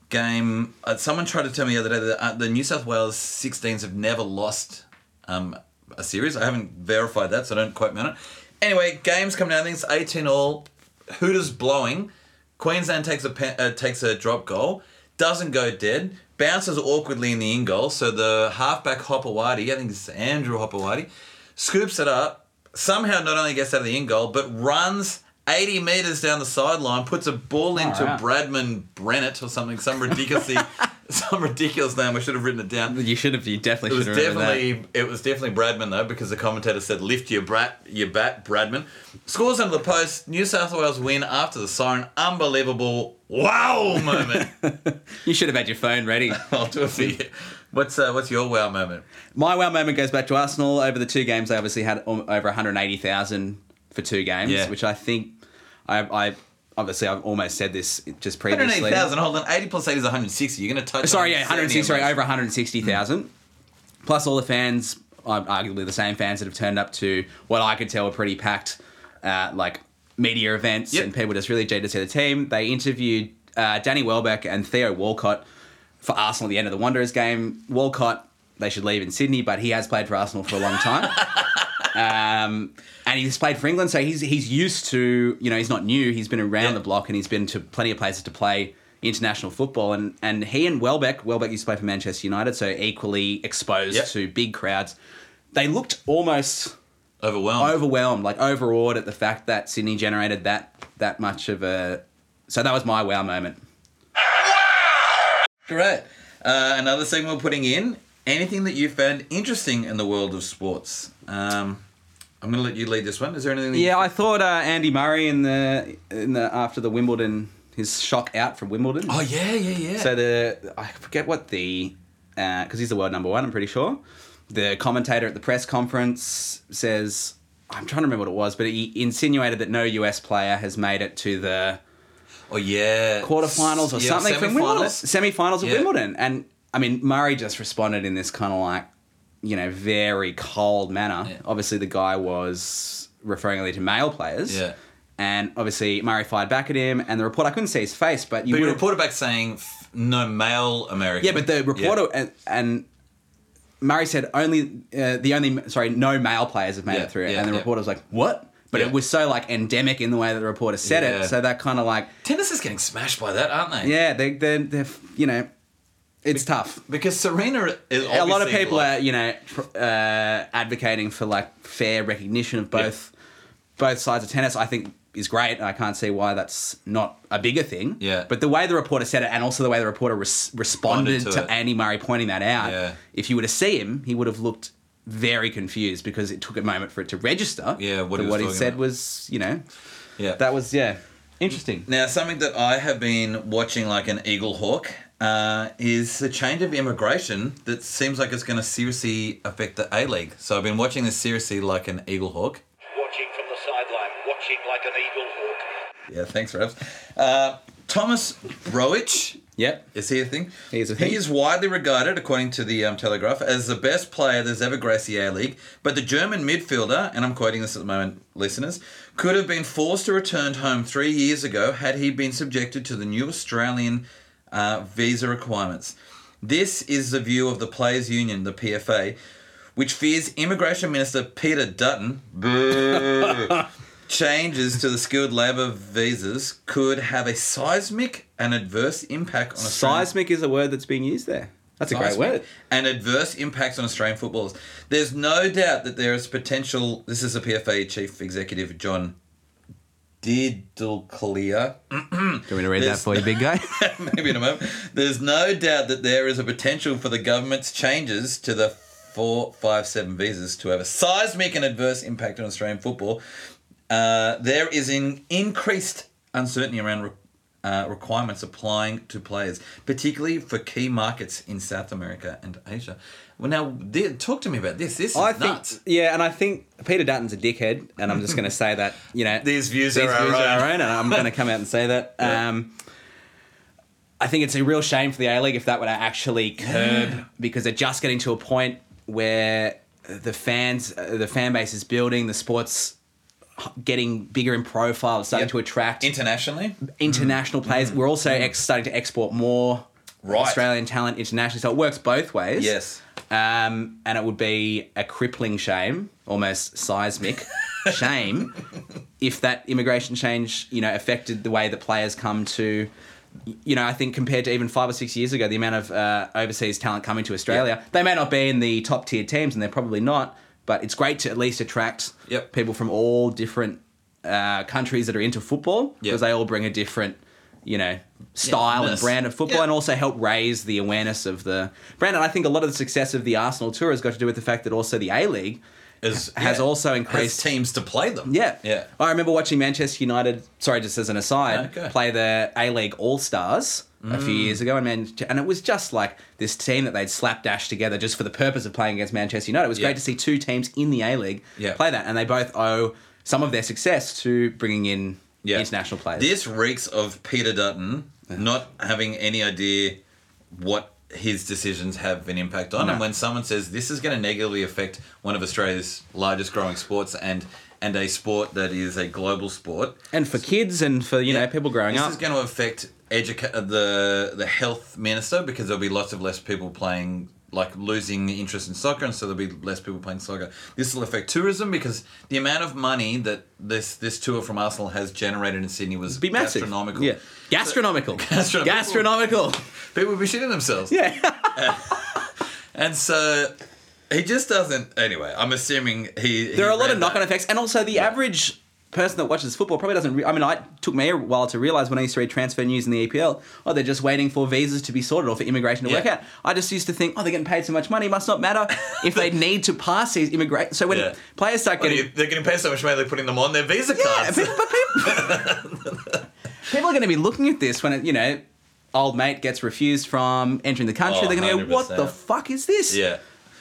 [SPEAKER 1] game. Uh, someone tried to tell me the other day that uh, the New South Wales 16s have never lost um, a series. I haven't verified that, so don't quote me on it. Anyway, games coming down. I think it's 18 all. Hooters blowing. Queensland takes a pe- uh, takes a drop goal, doesn't go dead, bounces awkwardly in the in goal. So the halfback Hopawadi, I think it's Andrew Hopawadi, scoops it up. Somehow not only gets out of the in goal, but runs 80 meters down the sideline, puts a ball into
[SPEAKER 2] out.
[SPEAKER 1] Bradman Brennett or something, some ridiculous, some ridiculous name. I should have written it down.
[SPEAKER 2] You should have. You
[SPEAKER 1] It
[SPEAKER 2] definitely
[SPEAKER 1] was
[SPEAKER 2] should have. remembered
[SPEAKER 1] definitely it was definitely Bradman though because the commentator said lift your brat your bat Bradman scores under the post New South Wales win after the siren unbelievable wow moment
[SPEAKER 2] that. You should have had your phone ready.
[SPEAKER 1] I'll do it for you what's uh, what's your wow moment
[SPEAKER 2] My wow moment goes back to Arsenal. Over the two games, they obviously had om- over 180,000 for two games,
[SPEAKER 1] Yeah.
[SPEAKER 2] which I think I, I obviously I've almost said this just previously.
[SPEAKER 1] 180,000 hold on 80 plus 80 is 160 you're gonna touch
[SPEAKER 2] Sorry, yeah, 160.
[SPEAKER 1] 170,
[SPEAKER 2] Sorry,
[SPEAKER 1] I'm
[SPEAKER 2] over 160,000. Plus all the fans, um, arguably the same fans that have turned up to what I could tell were pretty packed, uh, like media events,
[SPEAKER 1] Yep.
[SPEAKER 2] and people just really jaded to see the team. They interviewed uh, Danny Welbeck and Theo Walcott for Arsenal at the end of the Wanderers game. Walcott, they should leave in Sydney, but he has played for Arsenal for a long time. Um, and he's played for England, so he's he's used to you know he's not new. He's been around
[SPEAKER 1] Yeah.
[SPEAKER 2] the block, and he's been to plenty of places to play international football. And and he and Welbeck, Welbeck used to play for Manchester United, so equally exposed
[SPEAKER 1] Yep.
[SPEAKER 2] to big crowds. They looked almost
[SPEAKER 1] overwhelmed
[SPEAKER 2] overwhelmed, like overawed at the fact that Sydney generated that that much of a. So that was my wow moment.
[SPEAKER 1] Great. Uh, another segment we're putting in. Anything that you found interesting in the world of sports? Um, I'm going to let you lead this one. Is there anything? That
[SPEAKER 2] Yeah,
[SPEAKER 1] You-
[SPEAKER 2] I thought uh, Andy Murray in the in the after the Wimbledon his shock out from Wimbledon.
[SPEAKER 1] oh yeah, yeah, yeah.
[SPEAKER 2] So the I forget what the because he's the world number one. I'm pretty sure. The commentator at the press conference says, "I'm trying to remember what it was, but he insinuated that no US player has made it to the
[SPEAKER 1] oh yeah.
[SPEAKER 2] quarterfinals or
[SPEAKER 1] Yeah,
[SPEAKER 2] something from Wimbledon,
[SPEAKER 1] semifinals.
[SPEAKER 2] semifinals of
[SPEAKER 1] Yeah.
[SPEAKER 2] Wimbledon." And I mean, Murray just responded in this kind of like, you know, very cold manner.
[SPEAKER 1] Yeah.
[SPEAKER 2] Obviously, the guy was referring only to male players.
[SPEAKER 1] Yeah.
[SPEAKER 2] And obviously, Murray fired back at him, and the report I couldn't see his face, but you
[SPEAKER 1] But you
[SPEAKER 2] would have
[SPEAKER 1] reported back saying "F- no male American.
[SPEAKER 2] Yeah, but the reporter and, and Murray said only uh, the only sorry no male players have made
[SPEAKER 1] Yeah,
[SPEAKER 2] it through,
[SPEAKER 1] yeah,
[SPEAKER 2] and the
[SPEAKER 1] yeah.
[SPEAKER 2] reporter was like, "What?" But
[SPEAKER 1] Yeah.
[SPEAKER 2] it was so like endemic in the way that the reporter said
[SPEAKER 1] Yeah.
[SPEAKER 2] it, so that kind of like
[SPEAKER 1] Tennis is getting smashed by that, aren't they?
[SPEAKER 2] yeah, they they they you know, it's tough.
[SPEAKER 1] Because Serena is
[SPEAKER 2] A lot of
[SPEAKER 1] obviously,
[SPEAKER 2] people
[SPEAKER 1] like-
[SPEAKER 2] are you know tr- uh, advocating for like fair recognition of both both sides of tennis. I think is great. I can't see why that's not a bigger thing.
[SPEAKER 1] Yeah.
[SPEAKER 2] But the way the reporter said it, and also the way the reporter res- responded
[SPEAKER 1] Responded
[SPEAKER 2] to,
[SPEAKER 1] to it.
[SPEAKER 2] Andy Murray pointing that out,
[SPEAKER 1] Yeah.
[SPEAKER 2] if you were to see him, he would have looked very confused because it took a moment for it to register.
[SPEAKER 1] Yeah, what
[SPEAKER 2] that
[SPEAKER 1] he was
[SPEAKER 2] what he
[SPEAKER 1] talking
[SPEAKER 2] said
[SPEAKER 1] about.
[SPEAKER 2] was you know
[SPEAKER 1] Yeah.
[SPEAKER 2] that was yeah interesting.
[SPEAKER 1] Now, something that I have been watching like an eagle hawk uh, is the change of immigration that seems like it's going to seriously affect the A League. So I've been watching this seriously like an eagle hawk.
[SPEAKER 3] Watching from the sideline, watching like an eagle hawk.
[SPEAKER 1] Yeah, thanks, Rebs. Uh, Thomas Browich.
[SPEAKER 2] Yep.
[SPEAKER 1] Is he a thing?
[SPEAKER 2] He is a thing.
[SPEAKER 1] He is widely regarded, according to the um, Telegraph, as the best player that's ever graced the A League. But the German midfielder, and I'm quoting this at the moment, listeners, could have been forced to return home three years ago had he been subjected to the new Australian uh, visa requirements. This is the view of the Players Union, the PFA, which fears Immigration Minister Peter Dutton. Boo changes to the skilled labour visas could have a seismic and adverse impact on Australian-
[SPEAKER 2] Seismic is a word that's being used there. That's a great
[SPEAKER 1] seismic
[SPEAKER 2] word.
[SPEAKER 1] and adverse impacts on Australian footballers. There's no doubt that there is potential. This is the PFA chief executive John Diddleclear.
[SPEAKER 2] Do you want me to read
[SPEAKER 1] There's-
[SPEAKER 2] that for you, big guy?
[SPEAKER 1] Maybe in a moment. There's no doubt that there is a potential for the government's changes to the four, five, seven visas to have a seismic and adverse impact on Australian football. Uh, there is an increased uncertainty around re- uh, requirements applying to players, particularly for key markets in South America and Asia. Well, now di- talk to me about this. This is
[SPEAKER 2] I think,
[SPEAKER 1] nuts.
[SPEAKER 2] yeah, and I think Peter Dutton's a dickhead, and I'm just going to say that, you know,
[SPEAKER 1] These views are our own.
[SPEAKER 2] and I'm going to come out and say that. Um, I think it's a real shame for the A League if that were to actually curb because they're just getting to a point where the fans, uh, the fan base is building, the sports getting bigger in profile, it's starting
[SPEAKER 1] Yep.
[SPEAKER 2] to attract
[SPEAKER 1] Internationally,
[SPEAKER 2] international players. We're also ex- starting to export more
[SPEAKER 1] Right.
[SPEAKER 2] Australian talent internationally, so it works both ways.
[SPEAKER 1] yes.
[SPEAKER 2] Um, and it would be a crippling shame, almost seismic shame, if that immigration change, you know, affected the way that players come to. You know, I think compared to even five or six years ago, the amount of uh, overseas talent coming to Australia, they may not be in the top tier teams, and they're probably not. But it's great to at least attract
[SPEAKER 1] Yep.
[SPEAKER 2] people from all different uh, countries that are into football
[SPEAKER 1] Yep.
[SPEAKER 2] because they all bring a different, you know, style and
[SPEAKER 1] Yes.
[SPEAKER 2] brand of football,
[SPEAKER 1] Yeah.
[SPEAKER 2] and also help raise the awareness of the brand. And I think a lot of the success of the Arsenal tour has got to do with the fact that also the A League
[SPEAKER 1] As,
[SPEAKER 2] has
[SPEAKER 1] yeah,
[SPEAKER 2] also
[SPEAKER 1] has
[SPEAKER 2] increased.
[SPEAKER 1] teams to play them.
[SPEAKER 2] yeah,
[SPEAKER 1] yeah.
[SPEAKER 2] I remember watching Manchester United. Sorry, just as an aside,
[SPEAKER 1] No, go. Mm.
[SPEAKER 2] play the A League All Stars a few years ago, and Man- and it was just like this team that they'd slapdash together just for the purpose of playing against Manchester United. It was
[SPEAKER 1] Yeah.
[SPEAKER 2] great to see two teams in the A League
[SPEAKER 1] Yeah.
[SPEAKER 2] play that, and they both owe some of their success to bringing in
[SPEAKER 1] Yeah.
[SPEAKER 2] international players.
[SPEAKER 1] This reeks of Peter Dutton not having any idea what his decisions have an impact on. And
[SPEAKER 2] No.
[SPEAKER 1] when someone says this is going to negatively affect one of Australia's largest growing sports and and a sport that is a global sport,
[SPEAKER 2] and for kids, and for you know people growing
[SPEAKER 1] this
[SPEAKER 2] up,
[SPEAKER 1] is going to affect educa- uh, the the health minister because there'll be lots of less people playing like losing interest in soccer and so there'll be less people playing soccer this will affect tourism because the amount of money that this this tour from arsenal has generated in sydney was
[SPEAKER 2] be massive.
[SPEAKER 1] astronomical
[SPEAKER 2] Yeah. Gastronomical.
[SPEAKER 1] Gastronomical.
[SPEAKER 2] Gastronomical.
[SPEAKER 1] people would be shitting themselves
[SPEAKER 2] Yeah.
[SPEAKER 1] and so he just doesn't anyway i'm assuming he
[SPEAKER 2] there are a lot of knock on effects. And also, the average person that watches football probably doesn't. Re- I mean, I took me a while to realize when I used to read transfer news in the EPL, oh, they're just waiting for visas to be sorted or for immigration to work
[SPEAKER 1] Yeah.
[SPEAKER 2] out. I just used to think, oh, they're getting paid so much money, must not matter if they need to pass these immigration. So when
[SPEAKER 1] Yeah.
[SPEAKER 2] players start getting.
[SPEAKER 1] they're getting paid so much money they're putting them on their visa
[SPEAKER 2] Yeah,
[SPEAKER 1] cards
[SPEAKER 2] pe- but people, people are going to be looking at this when it, you know, old mate gets refused from entering the country.
[SPEAKER 1] Oh,
[SPEAKER 2] they're going to go, what the
[SPEAKER 1] 100%.
[SPEAKER 2] fuck is this?
[SPEAKER 1] Yeah.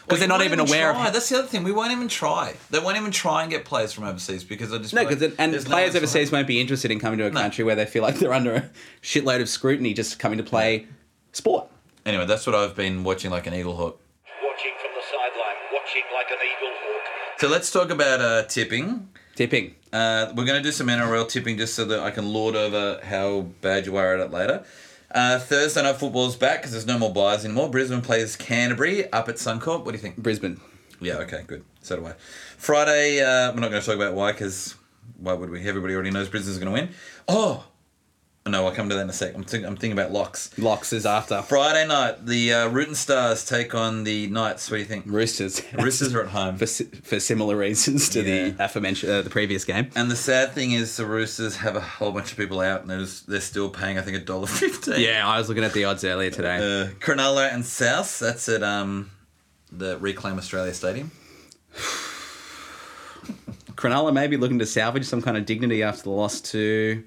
[SPEAKER 2] 'Cause they're
[SPEAKER 1] you
[SPEAKER 2] not
[SPEAKER 1] won't
[SPEAKER 2] even aware of
[SPEAKER 1] try.
[SPEAKER 2] it.
[SPEAKER 1] That's the other thing. We won't even try. They won't even try and get players from overseas because they just
[SPEAKER 2] No,
[SPEAKER 1] be like,
[SPEAKER 2] because and
[SPEAKER 1] "There's no
[SPEAKER 2] players
[SPEAKER 1] one to
[SPEAKER 2] overseas
[SPEAKER 1] help."
[SPEAKER 2] won't be interested in coming to a
[SPEAKER 1] No.
[SPEAKER 2] country where they feel like they're under a shitload of scrutiny just coming to play sport.
[SPEAKER 1] Anyway, that's what I've been watching like an eagle hawk.
[SPEAKER 3] Watching from the sideline, watching like an eagle hawk.
[SPEAKER 1] So let's talk about uh, tipping.
[SPEAKER 2] Tipping.
[SPEAKER 1] Uh, we're going to do some NRL tipping just so that I can lord over how bad you are at it later. Uh, Thursday night football's back because there's no more buys anymore. Brisbane plays Canterbury up at Suncorp. What do you think?
[SPEAKER 2] Brisbane.
[SPEAKER 1] Yeah, okay, good. So do I. Friday, uh, we're not going to talk about why, because why would we? Everybody already knows Brisbane's going to win. Oh! No, I'll come to that in a sec. I'm, think- I'm thinking about locks.
[SPEAKER 2] Locks is after.
[SPEAKER 1] Friday night, the uh, Rootin' Stars take on the Knights. What do you think?
[SPEAKER 2] Roosters.
[SPEAKER 1] Roosters are at home.
[SPEAKER 2] for, si- for similar reasons to
[SPEAKER 1] Yeah.
[SPEAKER 2] the aforementioned uh, the previous game.
[SPEAKER 1] And the sad thing is, the Roosters have a whole bunch of people out, and they're, just- they're still paying, I think, a dollar fifteen.
[SPEAKER 2] Yeah, I was looking at the odds earlier today.
[SPEAKER 1] Uh, Cronulla and South. That's at um, the Reclaim Australia Stadium.
[SPEAKER 2] Cronulla may be looking to salvage some kind of dignity after the loss to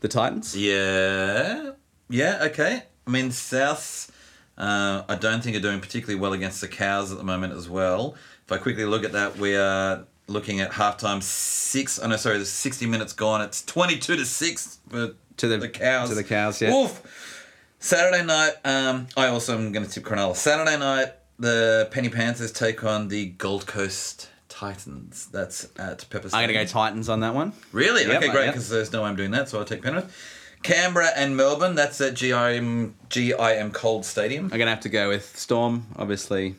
[SPEAKER 2] the Titans.
[SPEAKER 1] Yeah. Yeah. Okay. I mean, Souths, uh, I don't think are doing particularly well against the Cows at the moment as well. If I quickly look at that, we are looking at halftime six. Oh no, sorry, there's 60 minutes gone. It's 22 to six for
[SPEAKER 2] To the-
[SPEAKER 1] Cows.
[SPEAKER 2] to the Cows, yeah.
[SPEAKER 1] Woof. Saturday night. Um, I also am going to tip Cronulla. Saturday night, the Penny Panthers take on the Gold Coast Titans. That's at Pepper.
[SPEAKER 2] I'm gonna go Titans on that one.
[SPEAKER 1] Really?
[SPEAKER 2] Yep,
[SPEAKER 1] okay, great,
[SPEAKER 2] yep.
[SPEAKER 1] because there's no way I'm doing that, so I'll take Penrith. Canberra and Melbourne, that's at GIM, GIM Cold Stadium,
[SPEAKER 2] I'm gonna have to go with Storm, obviously.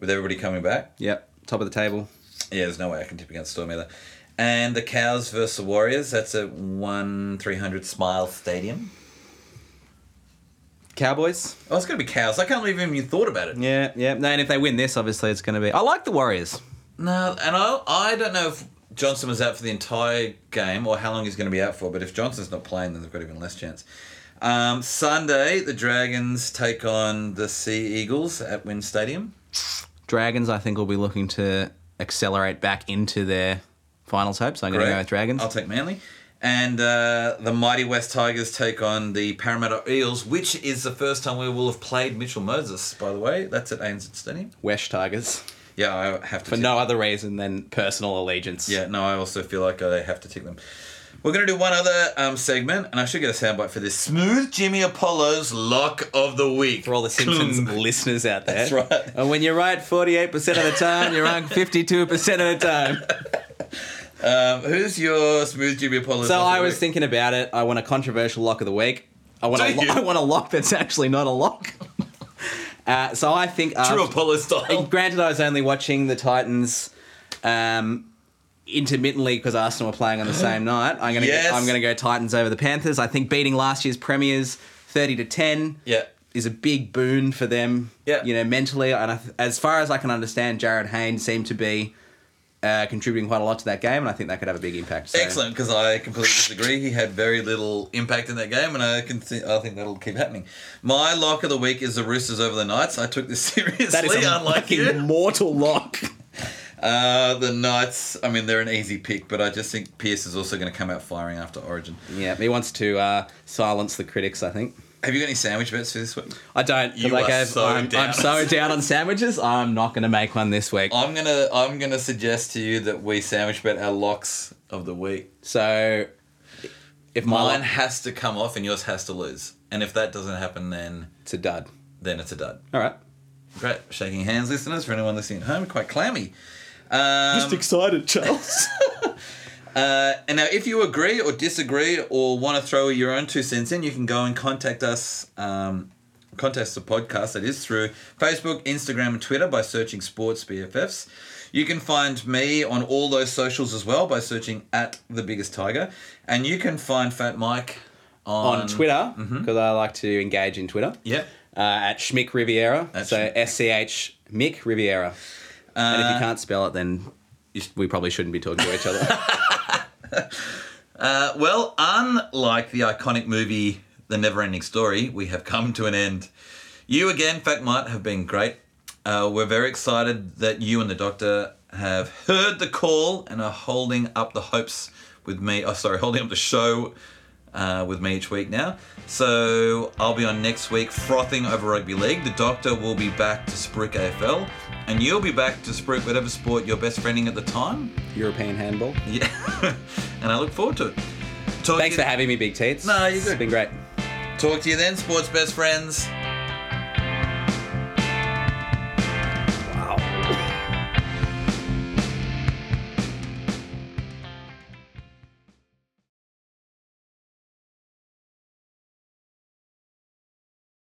[SPEAKER 1] with everybody coming back.
[SPEAKER 2] Yep, top of the table.
[SPEAKER 1] Yeah, there's no way I can tip against Storm either. And the Cows versus the Warriors, that's at 1 300 Smile Stadium.
[SPEAKER 2] Cowboys.
[SPEAKER 1] Oh, it's going to be Cows. I can't believe even you thought about it.
[SPEAKER 2] Yeah, yeah. No, and if they win this, obviously it's gonna be. I like the Warriors.
[SPEAKER 1] No, and I, I don't know if Johnson was out for the entire game or how long he's going to be out for, but if Johnson's not playing, then they've got even less chance. Um, Sunday, the Dragons take on the Sea Eagles at Wynn Stadium.
[SPEAKER 2] Dragons, I think, will be looking to accelerate back into their finals hopes. I'm gonna
[SPEAKER 1] Correct.
[SPEAKER 2] go with Dragons.
[SPEAKER 1] I'll take Manly. And uh, the mighty West Tigers take on the Parramatta Eels, which is the first time we will have played Mitchell Moses, by the way. That's at ANZ Stadium.
[SPEAKER 2] Wesh Tigers
[SPEAKER 1] Yeah, I have to.
[SPEAKER 2] for
[SPEAKER 1] tick-
[SPEAKER 2] no other reason than personal allegiance.
[SPEAKER 1] Yeah, no, I also feel like I have to tick them. We're going to do one other um, segment, and I should get a soundbite for this. Smooth Jimmy Apollo's Lock of the Week.
[SPEAKER 2] For all the Simpsons
[SPEAKER 1] Clung.
[SPEAKER 2] listeners out there.
[SPEAKER 1] That's right.
[SPEAKER 2] And when you're right 48% of the time, you're wrong 52% of the time.
[SPEAKER 1] Um, who's your Smooth Jimmy Apollo's
[SPEAKER 2] So
[SPEAKER 1] Lock of
[SPEAKER 2] I
[SPEAKER 1] the
[SPEAKER 2] was
[SPEAKER 1] Week?
[SPEAKER 2] thinking about it. I want a controversial lock of the week. I want,
[SPEAKER 1] Do
[SPEAKER 2] a, lo-
[SPEAKER 1] you?
[SPEAKER 2] I want a lock that's actually not a lock. Uh, so I think.
[SPEAKER 1] True
[SPEAKER 2] after-
[SPEAKER 1] Apollo style.
[SPEAKER 2] Granted, I was only watching the Titans um, intermittently because Arsenal were playing on the same night. I'm gonna
[SPEAKER 1] Yes.
[SPEAKER 2] go, I'm gonna go Titans over the Panthers. I think beating last year's premiers thirty to ten
[SPEAKER 1] Yeah.
[SPEAKER 2] is a big boon for them.
[SPEAKER 1] Yeah.
[SPEAKER 2] you know mentally, and I, th- as far as I can understand, Jared Hayne seemed to be. Uh, contributing quite a lot to that game, and I think that could have a big impact. So.
[SPEAKER 1] Excellent, because I completely disagree. He had very little impact in that game, and I can see, I think that'll keep happening. My lock of the week is the Roosters over the Knights. I took this seriously,
[SPEAKER 2] That is a
[SPEAKER 1] unlike
[SPEAKER 2] fucking
[SPEAKER 1] you.
[SPEAKER 2] mortal lock.
[SPEAKER 1] Uh, the Knights. I mean, they're an easy pick, but I just think Pierce is also going to come out firing after Origin.
[SPEAKER 2] yeah, he wants to uh, silence the critics. I think.
[SPEAKER 1] Have you got any sandwich bets for this week?
[SPEAKER 2] I don't. 'cause
[SPEAKER 1] You
[SPEAKER 2] I
[SPEAKER 1] are
[SPEAKER 2] gave-
[SPEAKER 1] so
[SPEAKER 2] I'm,
[SPEAKER 1] down.
[SPEAKER 2] I'm so down on sandwiches. I'm not going to make one this week.
[SPEAKER 1] I'm gonna I'm gonna suggest to you that we sandwich bet our locks of the week.
[SPEAKER 2] So, if my
[SPEAKER 1] Mine
[SPEAKER 2] line,
[SPEAKER 1] has to come off, and yours has to lose. And if that doesn't happen, then
[SPEAKER 2] it's a dud.
[SPEAKER 1] then it's a dud.
[SPEAKER 2] All right.
[SPEAKER 1] Great, shaking hands, listeners. For anyone listening at home, quite clammy. Um,
[SPEAKER 2] excited, Charles.
[SPEAKER 1] Uh, and now, if you agree or disagree or want to throw your own two cents in, you can go and contact us, um, contact the podcast that is through Facebook, Instagram, and Twitter by searching Sports BFFs. You can find me on all those socials as well by searching at the Biggest Tiger, and you can find Fat Mike on,
[SPEAKER 2] On Twitter, because
[SPEAKER 1] Mm-hmm.
[SPEAKER 2] I like to engage in Twitter.
[SPEAKER 1] Yep.
[SPEAKER 2] Uh, at Schmick Riviera.
[SPEAKER 1] That's
[SPEAKER 2] so
[SPEAKER 1] Schmick.
[SPEAKER 2] S C H Mick Riviera. and if
[SPEAKER 1] Uh,
[SPEAKER 2] you can't spell it, then you sh- we probably shouldn't be talking to each other.
[SPEAKER 1] Uh, well, unlike the iconic movie The Neverending Story, we have come to an end. You again, Fat Mike, have been great. Uh, we're very excited that you and the doctor have heard the call and are holding up the hopes with me. Oh, sorry, holding up the show uh, with me each week now. So I'll be on next week frothing over rugby league. The doctor will be back to Spruik AFL, and you'll be back to Spruik whatever sport you're best friending at the time.
[SPEAKER 2] European handball.
[SPEAKER 1] Yeah, and I look forward to it. Talk
[SPEAKER 2] Thanks
[SPEAKER 1] to
[SPEAKER 2] for
[SPEAKER 1] you,
[SPEAKER 2] having me, Big Teats.
[SPEAKER 1] No, you're
[SPEAKER 2] It's
[SPEAKER 1] good.
[SPEAKER 2] been great.
[SPEAKER 1] Talk to you then, sports best friends.